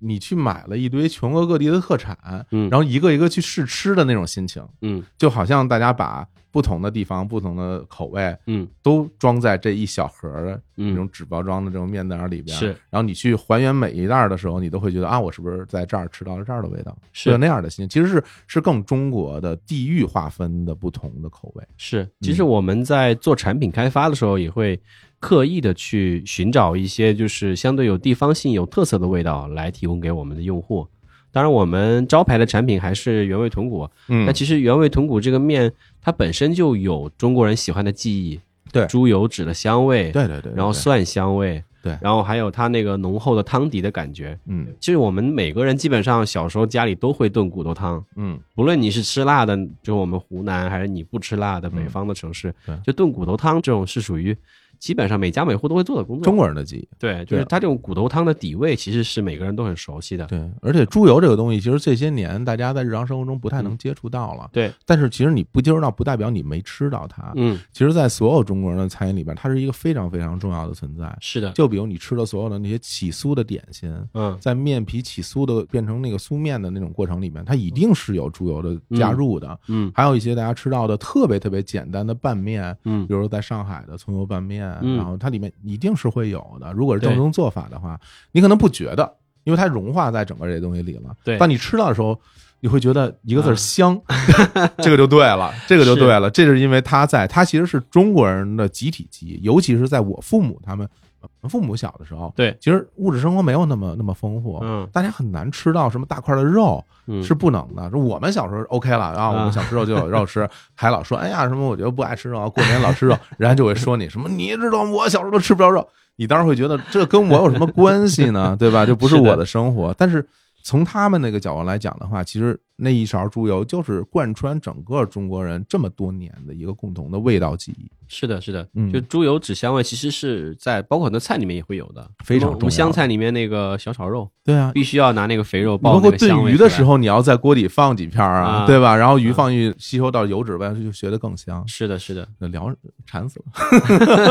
S1: 你去买了一堆全国各地的特产，
S2: 嗯
S1: 然后一个一个去试吃的那种心情，
S2: 嗯
S1: 就好像大家把不同的地方、不同的口味
S2: 嗯
S1: 都装在这一小盒儿的那
S2: 嗯，
S1: 种纸包装的这种面袋儿里边，
S2: 是。
S1: 然后你去还原每一袋儿的时候，你都会觉得啊，我是不是在这儿吃到了这儿的味道？
S2: 是
S1: 会有那样的心情，其实是是更中国的地域划分的不同的口味。
S2: 是，其实我们在做产品开发的时候，也会刻意的去寻找一些就是相对有地方性、有特色的味道来提供给我们的用户。当然，我们招牌的产品还是原味豚骨。
S1: 嗯
S2: 那其实原味豚骨这个面，它本身就有中国人喜欢的记忆，
S1: 对
S2: 猪油脂的香味，
S1: 对对对，对
S2: 然后
S1: 对
S2: 蒜香味，
S1: 对
S2: 然后还有它那个浓厚的汤底的感觉。
S1: 嗯
S2: 其实我们每个人基本上小时候家里都会炖骨头汤，
S1: 嗯
S2: 不论你是吃辣的，就是我们湖南，还是你不吃辣的北方的城市，
S1: 嗯对
S2: 就炖骨头汤这种是属于基本上每家每户都会做的工作。
S1: 中国人啊的记忆。
S2: 对，就是它这种骨头汤的底味，其实是每个人都很熟悉的。
S1: 对，而且猪油这个东西，其实这些年大家在日常生活中不太能接触到了。
S2: 对，
S1: 但是其实你不接触到，不代表你没吃到它。
S2: 嗯，
S1: 其实，在所有中国人的餐饮里边，它是一个非常非常重要的存在。
S2: 是的，
S1: 就比如你吃的所有的那些起酥的点心，
S2: 嗯，
S1: 在面皮起酥的变成那个酥面的那种过程里面，它一定是有猪油的加入的。
S2: 嗯，
S1: 还有一些大家吃到的特别特别简单的拌面，
S2: 嗯
S1: 比如说在上海的葱油拌面，
S2: 嗯
S1: 然后它里面一定是会有的。如果是正
S2: 对
S1: 宗做法的话，你可能不觉得，因为它融化在整个这东西里了。
S2: 对嗯
S1: 当你吃到的时候。你会觉得一个字儿香， 这个就对了，这个就对了，这是因为它在，它其实是中国人的集体记忆，尤其是在我父母他们，我们父母小的时候，
S2: 对，
S1: 其实物质生活没有那么那么丰富，
S2: 嗯
S1: 大家很难吃到什么大块的肉，
S2: 嗯
S1: 是不能的。说我们小时候 OK 了啊，我们小时候就有肉吃，还老说哎呀什么，我觉得不爱吃肉啊，过年老吃肉，人家就会说你什么，你知道吗我小时候都吃不着肉，你当然会觉得这跟我有什么关系呢？对吧？这不是
S2: 是的
S1: 我的生活。但是从他们那个角度来讲的话，其实那一勺猪油就是贯穿整个中国人这么多年的一个共同的味道记忆，
S2: 是的，是的
S1: 嗯，
S2: 就猪油脂香味其实是在包括很多菜里面也会有的，
S1: 非常
S2: 我
S1: 重要
S2: 们湘菜里面那个小炒肉，
S1: 对啊，
S2: 必须要拿那个肥肉
S1: 你包
S2: 爆
S1: 括
S2: 那个
S1: 炖
S2: 香味
S1: 鱼
S2: 出
S1: 的
S2: 来
S1: 时，候，你要在锅底放几片儿啊，
S2: 啊
S1: 对吧？然后鱼放进去吸收到油脂外，就觉得更香。
S2: 是的，是的，
S1: 聊馋死了，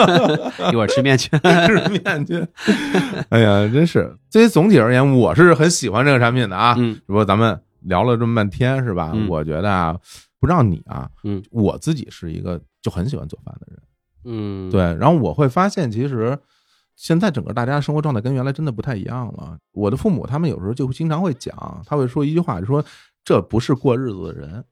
S2: 一会儿吃面去。
S1: 吃面去。哎呀，真是！所以总体而言，我是很喜欢这个产品的 啊。
S2: 嗯，
S1: 只不过咱们聊了这么半天，是吧？
S2: 嗯
S1: 我觉得啊，不知道你啊，
S2: 嗯
S1: 我自己是一个就很喜欢做饭的人，
S2: 嗯，
S1: 对。然后我会发现，其实现在整个大家生活状态跟原来真的不太一样了。我的父母他们有时候就会经常会讲，他会说一句话，就说这不是过日子的 人。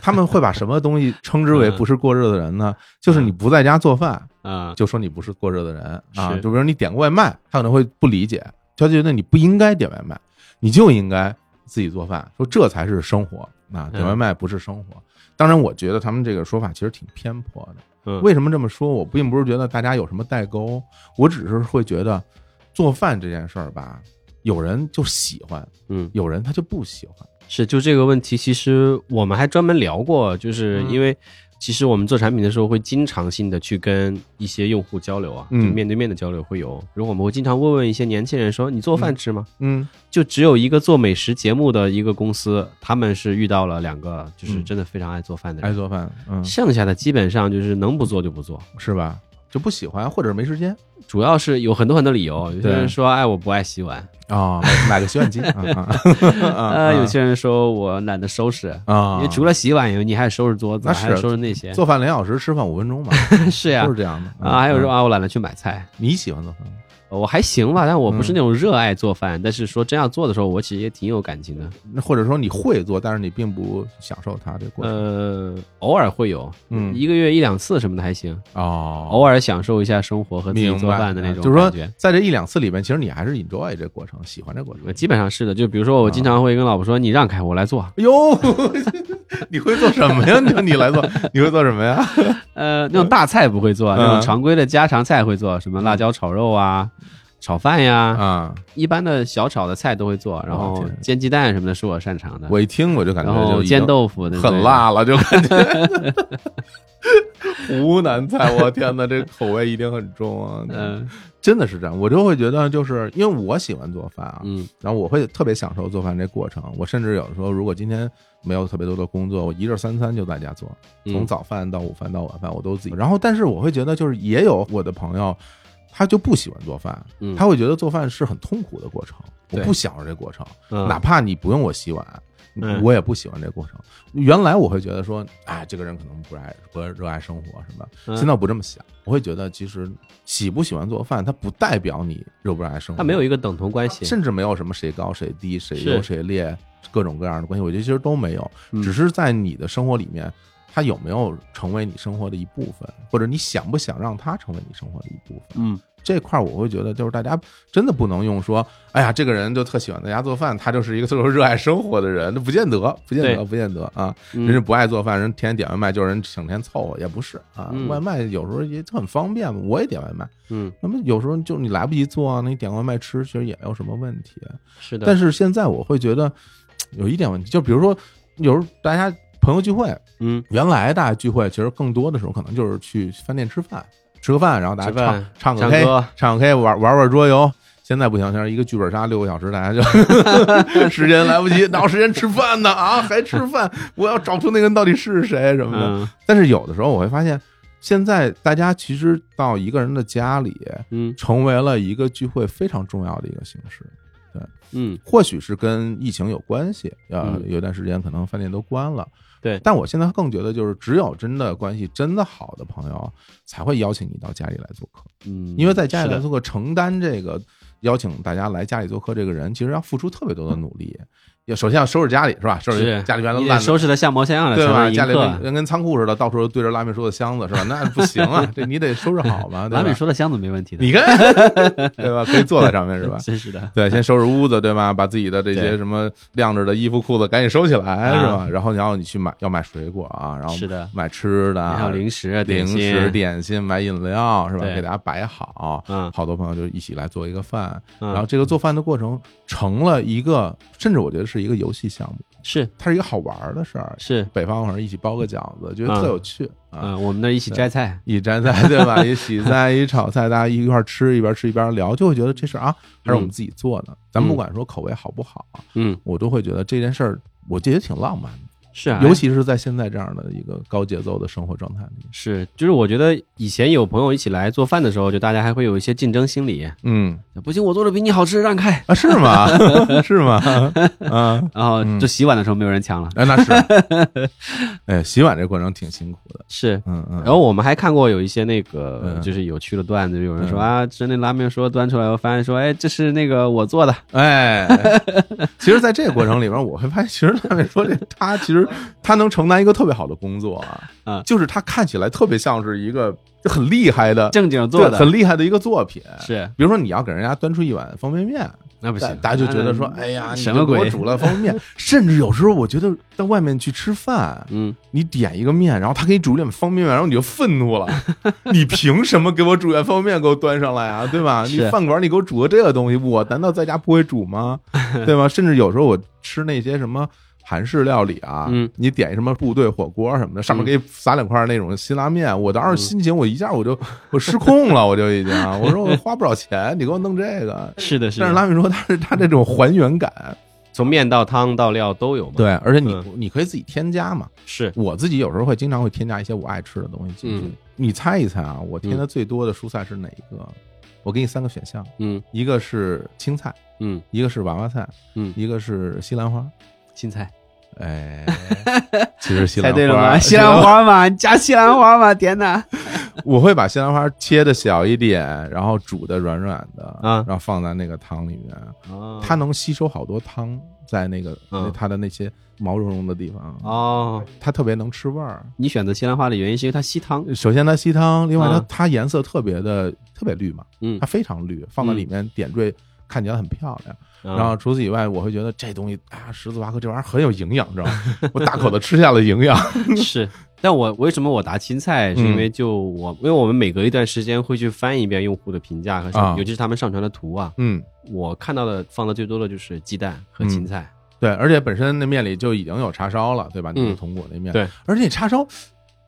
S1: 他们会把什么东西称之
S2: 嗯
S1: 为不是过日子的人呢？就是你不在家做饭，
S2: 啊，
S1: 就说你不是过日子的人啊。
S2: 嗯是
S1: 就比如你点个外卖，他可能会不理解，他就觉得你不应该点外卖，你就应该自己做饭，说这才是生活啊，点
S2: 嗯
S1: 外卖不是生活。当然，我觉得他们这个说法其实挺偏颇的。
S2: 嗯
S1: 为什么这么说？我并不是觉得大家有什么代沟，我只是会觉得做饭这件事儿吧，有人就喜欢，
S2: 嗯
S1: 有人他就不喜欢。
S2: 是就这个问题，其实我们还专门聊过，就是
S1: 嗯
S2: 因为其实我们做产品的时候会经常性的去跟一些用户交流啊，就
S1: 嗯
S2: 面对面的交流会有，然后我们会经常问问一些年轻人说你做饭吃吗？
S1: 嗯
S2: 就只有一个做美食节目的一个公司，他们是遇到了两个就是
S1: 嗯
S2: 真的非常爱做饭的
S1: 爱
S2: 人，
S1: 做饭，嗯，
S2: 剩下的基本上就是能不做就不做，
S1: 是吧？就不喜欢，或者是没时间
S2: 主要是有很多很多理由，有些
S1: 对
S2: 人说哎我不爱洗碗，
S1: 啊、 买买个洗碗 机啊啊啊
S2: 呃有些人说我懒得收拾。
S1: 啊，
S2: 因为除了洗碗以外，你还收拾桌子，
S1: 那
S2: 还
S1: 是
S2: 收拾那些，
S1: 做饭两小时，吃饭五分钟嘛，
S2: 是呀
S1: 都，是这样的
S2: 啊，还有说
S1: 嗯
S2: 啊，我懒得去买菜，
S1: 你喜欢做饭吗？
S2: 我还行吧，但我
S1: 嗯
S2: 不是那种热爱做饭，但是说真要做的时候，我其实也挺有感情的，
S1: 那或者说你会做，但是你并不享受它这过程？
S2: 呃，偶尔会有，
S1: 嗯
S2: 一个月一两次什么的还行，
S1: 哦，
S2: 偶尔享受一下生活和自己
S1: 明
S2: 做
S1: 白
S2: 饭的那种
S1: 就是说
S2: 感觉。
S1: 在这一两次里面，其实你还是 enjoy 这过程，喜欢这过程
S2: 呃。基本上是的，就比如说我经常会跟老婆说：“你让开，我来做。
S1: 哎呦， 你会做什么呀？你你来做，你会做什么呀？”
S2: 呃，那种大菜不会做，
S1: 嗯
S2: 那种常规的家常菜会做，什么辣椒炒肉啊、炒饭呀，
S1: 啊，
S2: 一般的小炒的菜都会做。然
S1: 哦
S2: 后
S1: 天
S2: 煎鸡蛋什么的是我擅长的，
S1: 我一听我就感觉
S2: 然
S1: 就
S2: 后
S1: 已经
S2: 煎豆腐的
S1: 很辣了，就感觉。 湖南菜，我天哪，这口味一定很重啊！
S2: 嗯
S1: 真的是这样，我就会觉得，就是因为我喜欢做饭啊，
S2: 嗯
S1: 然后我会特别享受做饭这过程。我甚至有的时候，如果今天没有特别多的工作，我一日三餐就在家做，
S2: 嗯
S1: 从早饭到午饭到晚饭，我都自己。然后，但是我会觉得，就是也有我的朋友，他就不喜欢做饭，
S2: 嗯
S1: 他会觉得做饭是很痛苦的过程，我
S2: 对
S1: 不享受这过程，
S2: 嗯
S1: 哪怕你不用我洗碗。
S2: 嗯
S1: 我也不喜欢这过程。原来我会觉得说，哎，这个人可能不爱不热爱生活什么的。
S2: 嗯
S1: 现在我不这么想，我会觉得其实喜不喜欢做饭，它不代表你热不热爱生活。
S2: 它没有一个等同关系。
S1: 甚至没有什么谁高谁低、谁
S2: 是
S1: 优谁劣，各种各样的关系，我觉得其实都没有，
S2: 嗯
S1: 只是在你的生活里面，它有没有成为你生活的一部分，或者你想不想让它成为你生活的一部分。
S2: 嗯，
S1: 这块儿我会觉得，就是大家真的不能用说，哎呀，这个人就特喜欢在家做饭，他就是一个特别热爱生活的人，那不见得，不见得，
S2: 对
S1: 不见得啊！
S2: 嗯
S1: 人家不爱做饭，人天天点外卖，就是人整天凑合，也不是啊。
S2: 嗯
S1: 外卖有时候也很方便嘛，我也点外卖，
S2: 嗯，
S1: 那么有时候就是你来不及做啊，那你点外卖吃其实也没有什么问题。啊
S2: 是的。
S1: 但是现在我会觉得有一点问题，就比如说有时候大家朋友聚会，
S2: 嗯，
S1: 原来大家聚会其实更多的时候可能就是去饭店吃饭，吃个饭，然后大家
S2: 吃
S1: 唱
S2: 饭
S1: 唱个
S2: 唱
S1: K，
S2: 歌
S1: 唱个 K，玩玩玩桌游。现在不行，现在一个剧本杀六个小时，大家 就 时间来不及，哪有时间吃饭呢？啊，还吃饭？我要找出那个人到底是谁什么的。
S2: 嗯
S1: 但是有的时候我会发现，现在大家其实到一个人的家里，
S2: 嗯
S1: 成为了一个聚会非常重要的一个形式。
S2: 嗯，
S1: 或许是跟疫情有关系，呃
S2: 嗯，
S1: 有段时间可能饭店都关了。
S2: 对
S1: 但我现在更觉得，就是只有真的关系真的好的朋友，才会邀请你到家里来做客，
S2: 嗯，
S1: 因为在家里
S2: 是
S1: 来
S2: 的
S1: 做客，承担这个邀请大家来家里做客这个人，其实要付出特别多的努力。要首先要收拾家里是吧？收拾
S2: 是
S1: 家里原来
S2: 你
S1: 烂
S2: 得
S1: 的
S2: 收拾的像模像样的，
S1: 对
S2: 才
S1: 吧？
S2: 能迎
S1: 家里
S2: 客
S1: 跟。人跟仓库似的，到处都堆着拉面说的箱子是吧？那不行啊，这你得收拾好嘛，啊对
S3: 蓝美
S1: 吧？
S3: 说的箱子没问题的，
S1: 你看，对吧？可以坐在上面是 吧？
S3: 真是的，
S1: 对，先收拾屋子，对吧？把自己的这些
S2: 对
S1: 什么晾着的衣服、裤子赶紧收起来，
S2: 啊
S1: 是吧？然后，然后你去买，要买水果啊，然后
S3: 是的，
S1: 买吃的啊，
S2: 还有零食啊、
S1: 零
S2: 点心
S1: 食、点心，买饮料，是吧？
S2: 对
S1: 给大家摆好，
S2: 嗯
S1: 好多朋友就一起来做一个饭，
S2: 嗯
S1: 然后这个做饭的过程成了一个，甚至我觉得是一个游戏项目，
S2: 是
S1: 它是一个好玩儿的事儿。
S2: 是，
S1: 北方好像一起包个饺子，觉得
S2: 嗯
S1: 特有趣啊。
S2: 嗯，我们那儿一起摘菜，
S1: 一摘菜对吧？一洗菜，一炒菜，大家一块儿吃，一边吃一边聊，就会觉得这事儿啊，还是我们自己做的。咱们不管说口味好不好，啊
S2: 嗯，
S1: 我都会觉得这件事儿，我觉得挺浪漫的，
S2: 是啊，
S1: 尤其是在现在这样的一个高节奏的生活状态里。
S2: 是，就是我觉得以前有朋友一起来做饭的时候，就大家还会有一些竞争心理，
S1: 嗯
S2: 不行，我做的比你好吃，让开。
S1: 啊，是吗？ 是吗？ 啊。
S3: 然后
S1: 嗯
S3: 就洗碗的时候没有人抢了，
S1: 哎，那是， 哎，洗碗这过程挺辛苦的，
S2: 是，
S1: 嗯嗯，
S2: 然后我们还看过有一些那个
S1: 嗯
S2: 就是有趣的段子，有人说
S1: 嗯
S2: 啊，吃那拉面说端出来，我发现说，哎，这是那个我做的，
S1: 哎，其实，在这个过程里边，我会发现，其实他们说这他其实他能承担一个特别好的工作啊，
S2: 嗯
S1: 就是他看起来特别像是一个很厉害的，
S3: 正经做
S1: 对
S3: 的
S1: 很厉害的一个作品。
S2: 是
S1: 比如说，你要给人家端出一碗方便面，
S2: 那不
S1: 大
S2: 行，嗯
S1: 大家就觉得说，
S3: 那
S1: 哎呀，你
S3: 什
S1: 这
S3: 么
S1: 给我
S3: 鬼
S1: 煮了方便面，甚至有时候我觉得到外面去吃饭，
S2: 嗯，
S1: 你点一个面，然后他给你煮一碗方便面，然后你就愤怒 了，你凭什么给我煮一碗方便面给我端上来啊？对吧？你
S2: 是
S1: 饭馆你给我煮个这个东西，我难道在家不会煮 吗？对吧？甚至有时候我吃那些什么。韩式料理啊，
S2: 嗯
S1: 你点一什么部队火锅什么的，上面给你撒两块那种辛拉面，我当时心情我一下我 就我失控了，我就已经，我说我花不少钱，你给我弄这个。
S2: 是的，是
S1: 但是啊
S2: 的，
S1: 拉面说他是他这种还原感，
S2: 从面到汤到料都有嘛，，
S1: 对，而且你
S2: 嗯
S1: 你可以自己添加嘛，
S2: 是，
S1: 我自己有时候会经常会添加一些我爱吃的东西进去。
S2: 嗯
S1: 你猜一猜啊，我添的最多的蔬菜是哪一
S3: 嗯
S1: 个？我给你三个选项，
S2: 嗯
S1: 一个是青菜，
S2: 嗯
S1: 一个是娃娃菜，
S2: 嗯，
S1: 一个是西兰花。
S3: 青菜，
S1: 哎，其实西
S3: 猜
S1: 兰花，
S3: 对了 吗？西兰，花嘛，你加西兰花嘛，天哪！
S1: 我会把西兰花切的小一点，然后煮的软软的，
S2: 啊
S1: 然后放在那个汤里面，
S3: 啊
S2: 哦
S1: 它能吸收好多汤在那个
S2: 嗯
S1: 它的那些毛茸茸的地
S3: 啊
S1: 方，
S2: 哦，
S1: 它特别能吃味儿。
S2: 你选择西兰花的原因是因为它吸汤，
S1: 首先它吸汤，另外它
S2: 嗯
S1: 它颜色特别的特别绿嘛，
S2: 嗯
S1: 它非常绿，放到里面点缀看起来很漂亮。
S2: 啊嗯
S1: 然后除此以外，我会觉得这东西啊，十字花科这玩意儿很有营养，知道吗？ 我大口的吃下了营养。
S2: 是， 嗯但我为什么我答青菜，是因为就我，因为我们每隔一段时间会去翻一遍用户的评价和上，
S1: 啊
S2: 尤其是他们上传的图啊，
S1: 嗯，
S2: 我看到的放的最多的就是鸡蛋和青菜，
S1: 对，而且本身那面里就已经有叉烧了，对吧？
S2: 嗯
S1: 你同果那面，
S2: 对，
S1: 而且叉烧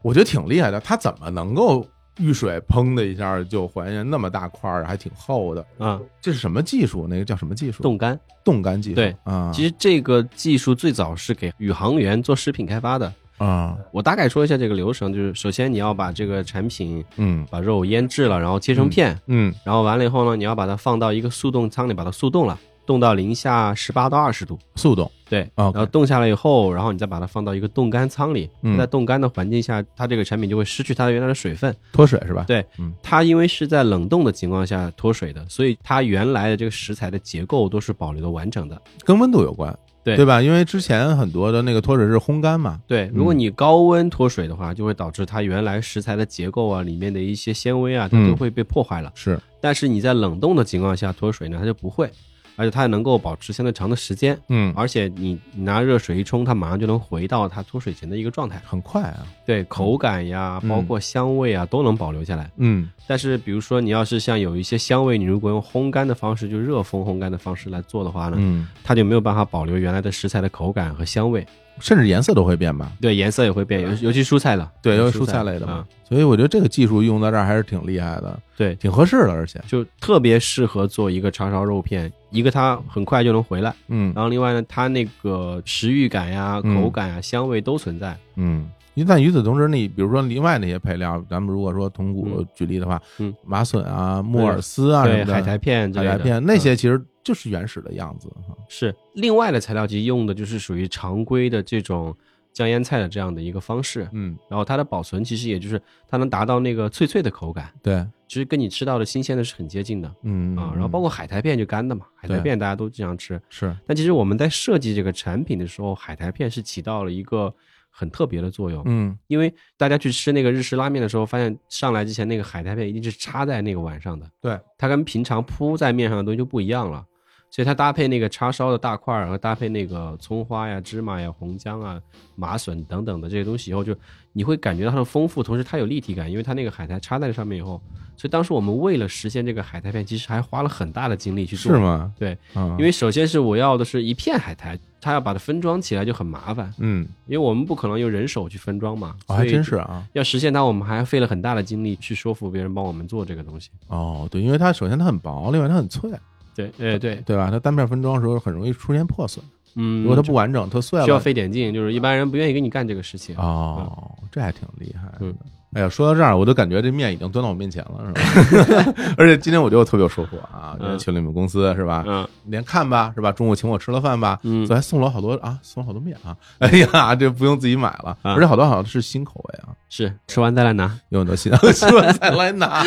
S1: 我觉得挺厉害的，它怎么能够遇水砰的一下就还原那么大块儿，还挺厚的？
S2: 啊，
S1: 这是什么技术？那个叫什么技术？
S2: 冻干。
S1: 冻干技术。
S2: 对
S1: 啊，
S2: 其实这个技术最早是给宇航员做食品开发的。
S1: 啊，
S2: 我大概说一下这个流程，就是首先你要把这个产品
S1: 嗯
S2: 把肉腌制了，然后切成片，
S1: 嗯
S2: 然后完了以后呢，你要把它放到一个速冻仓里把它速冻了，冻到零下十八到二十度。
S1: 速冻。
S2: 对，
S1: 哦 OK
S2: 然后冻下来以后，然后你再把它放到一个冻干仓里，
S1: 嗯
S2: 在冻干的环境下，它这个产品就会失去它原来的水分。
S1: 脱水是吧？
S2: 对
S1: 嗯，
S2: 它因为是在冷冻的情况下脱水的，所以它原来的这个食材的结构都是保留的完整的。
S1: 跟温度有关，
S2: 对
S1: 对吧？因为之前很多的那个脱水是烘干嘛，
S2: 对，如果你高温脱水的话，就会导致它原来食材的结构啊，里面的一些纤维啊，它
S1: 嗯
S2: 都会被破坏了。
S1: 是
S2: 但是你在冷冻的情况下脱水呢，它就不会，而且它还能够保持相对长的时间。
S1: 嗯，
S2: 而且你你拿热水一冲，它马上就能回到它脱水前的一个状态。
S1: 很快啊，
S2: 对口感呀，包
S1: 嗯
S2: 括香味啊，都能保留下来。
S1: 嗯
S2: 但是，比如说你要是像有一些香味，你如果用烘干的方式，就热风烘干的方式来做的话呢，
S1: 嗯
S2: 它就没有办法保留原来的食材的口感和香味。
S1: 甚至颜色都会变吧？
S2: 对，颜色也会变，尤尤其蔬菜了，
S1: 对，因为
S2: 蔬
S1: 蔬菜类的嘛
S2: 啊，，
S1: 所以我觉得这个技术用到这儿还是挺厉害的，
S2: 对，
S1: 挺合适的，而且，
S2: 就特别适合做一个叉烧肉片，一个它很快就能回来，
S1: 嗯
S2: 然后另外呢，它那个食欲感呀、
S1: 嗯
S2: 口感呀、香味都存在。
S1: 嗯。一但与此同时，你比如说另外那些配料，咱们如果说筒骨
S2: 嗯
S1: 举例的话，
S2: 嗯
S1: 麻笋啊、木耳丝啊什
S2: 对，
S1: 么的，
S2: 海苔片之
S1: 海
S2: 类的、
S1: 苔片那
S2: 嗯
S1: 些其实就是原始的样子哈。
S2: 是另外的材料，其实用的就是属于常规的这种酱腌菜的这样的一个方式。
S1: 嗯，
S2: 然后它的保存其实也就是它能达到那个脆脆的口感，
S1: 对，
S2: 其实跟你吃到的新鲜的是很接近的
S1: 嗯
S2: 啊。然后包括海苔片就干的嘛，海苔
S1: 对
S2: 片大家都经常吃。
S1: 是，
S2: 但其实我们在设计这个产品的时候，海苔片是起到了一个很特别的作用，
S1: 嗯，
S2: 因为大家去吃那个日式拉面的时候，发现上来之前那个海苔片一定是插在那个碗上的，
S1: 对，
S2: 它跟平常铺在面上的东西就不一样了。所以它搭配那个叉烧的大块儿，和搭配那个葱花呀、芝麻呀、红姜啊、麻笋等等的这些东西以后，就你会感觉到它的丰富，同时它有立体感，因为它那个海苔插在上面以后。所以当时我们为了实现这个海苔片，其实还花了很大的精力去做。
S1: 是？吗？
S2: 对，
S1: 啊，
S2: 因为首先是我要的是一片海苔，它要把它分装起来就很麻烦，
S1: 嗯，
S2: 因为我们不可能用人手去分装嘛。
S1: 哦还
S2: 所以
S1: 真是啊，
S2: 要实现它，我们还费了很大的精力去说服别人帮我们做这个东西。
S1: 哦，对，因为它首先它很薄，另外它很脆，
S2: 对，呃，对，
S1: 对吧？它单片分装的时候很容易出现破损，
S2: 嗯，
S1: 如果它不完整，它碎了，
S2: 需要费点劲，就是一般人不愿意跟你干这个事情。
S1: 哦，这还挺厉害的
S2: 嗯。
S1: 哎呀，说到这儿，我都感觉这面已经端到我面前了，是吧？ 而且今天我觉得我特别有收获啊，
S2: 嗯
S1: 去了你们公司是吧？
S2: 嗯
S1: 连看吧，是吧？中午请我吃了饭吧，
S2: 嗯
S1: 昨天送了好多啊，送了好多面啊， 哎呀，这不用自己买了，
S2: 啊
S1: 而且好多好像是新口味啊，
S2: 是吃完再来拿，
S1: 有很多 新说再来拿，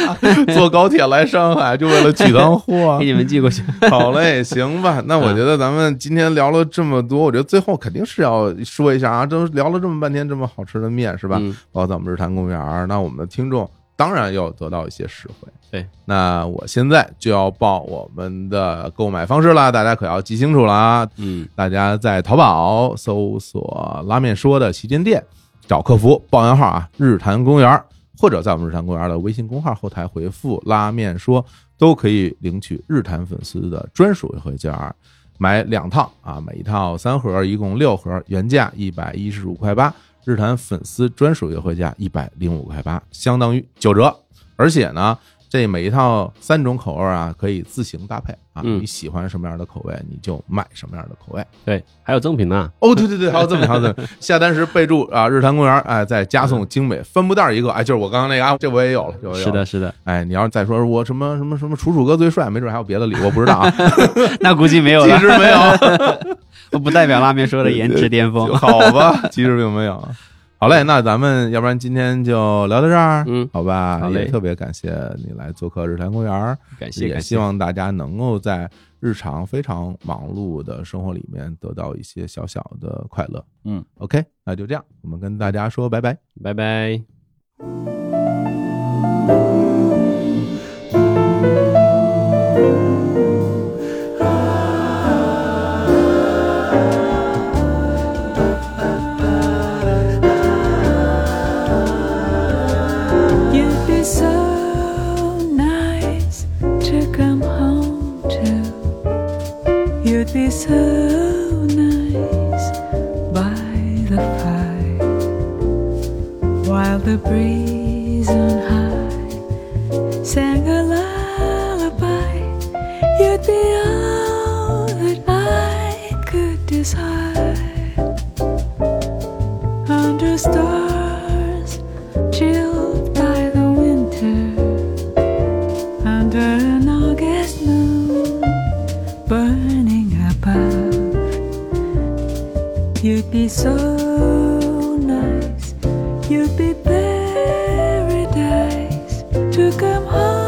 S1: 坐高铁来上海就为了取趟货
S3: 给，你们寄过去。
S1: 啊 好嘞，行吧，那我觉得咱们今天聊了这么多，我觉得最后肯定是要说一下啊，都聊了这么半天这么好吃的面是吧？
S2: 嗯
S1: 包括咱们日坛公园儿，那我们的听众当然要得到一些实惠。
S2: 对，
S1: 那我现在就要报我们的购买方式啦，大家可要记清楚了啊！
S2: 嗯，
S1: 大家在淘宝搜索“拉面说”的旗舰店，找客服报暗号啊，日坛公园儿，或者在我们日坛公园儿的微信公号后台回复“拉面说”，都可以领取日坛粉丝的专属优惠券儿。买两套啊，每一套三盒，一共六盒，原价一百一十五块八，日坛粉丝专属优惠价一百零五块八，相当于九折。而且呢，这每一套三种口味啊，可以自行搭配啊，
S2: 嗯
S1: 你喜欢什么样的口味，你就买什么样的口味。
S2: 对，还有赠品呢。
S1: 哦，对对对，还有这么还有这么，下单时备注啊，日坛公园，哎，再加送精美帆布袋一个，哎，就是我刚刚那个啊，这我也有了，这我也有
S2: 是
S1: 了
S2: 的，，是的，
S1: 哎，你要是再说我什么什么什么楚楚哥最帅，没准还有别的礼，我不知道 啊，
S3: 那估计没有
S1: 其
S3: 了，
S1: 实没有。
S3: 不代表拉面说的颜值巅 峰。
S1: 好吧，其实并没有。好嘞，那咱们要不然今天就聊到这儿，
S2: 嗯
S1: 好吧，
S2: 好嘞
S1: 也特别感谢你来做客日坛公园儿，
S2: 感谢
S1: 也
S2: 感
S1: 希
S2: 谢，
S1: 望大家能够在日常非常忙碌的生活里面得到一些小小的快乐。
S2: 嗯
S1: ，OK，那就这样，我们跟大家说拜拜。
S2: 拜拜。
S4: You'd be so nice to come home to. You'd be so nice by the fire while the breeze on high sang a lullaby. You'd be all that I could desire under stars chilled by the winter under an August moon burning above. You'd be so nice, you'd be paradise to come home.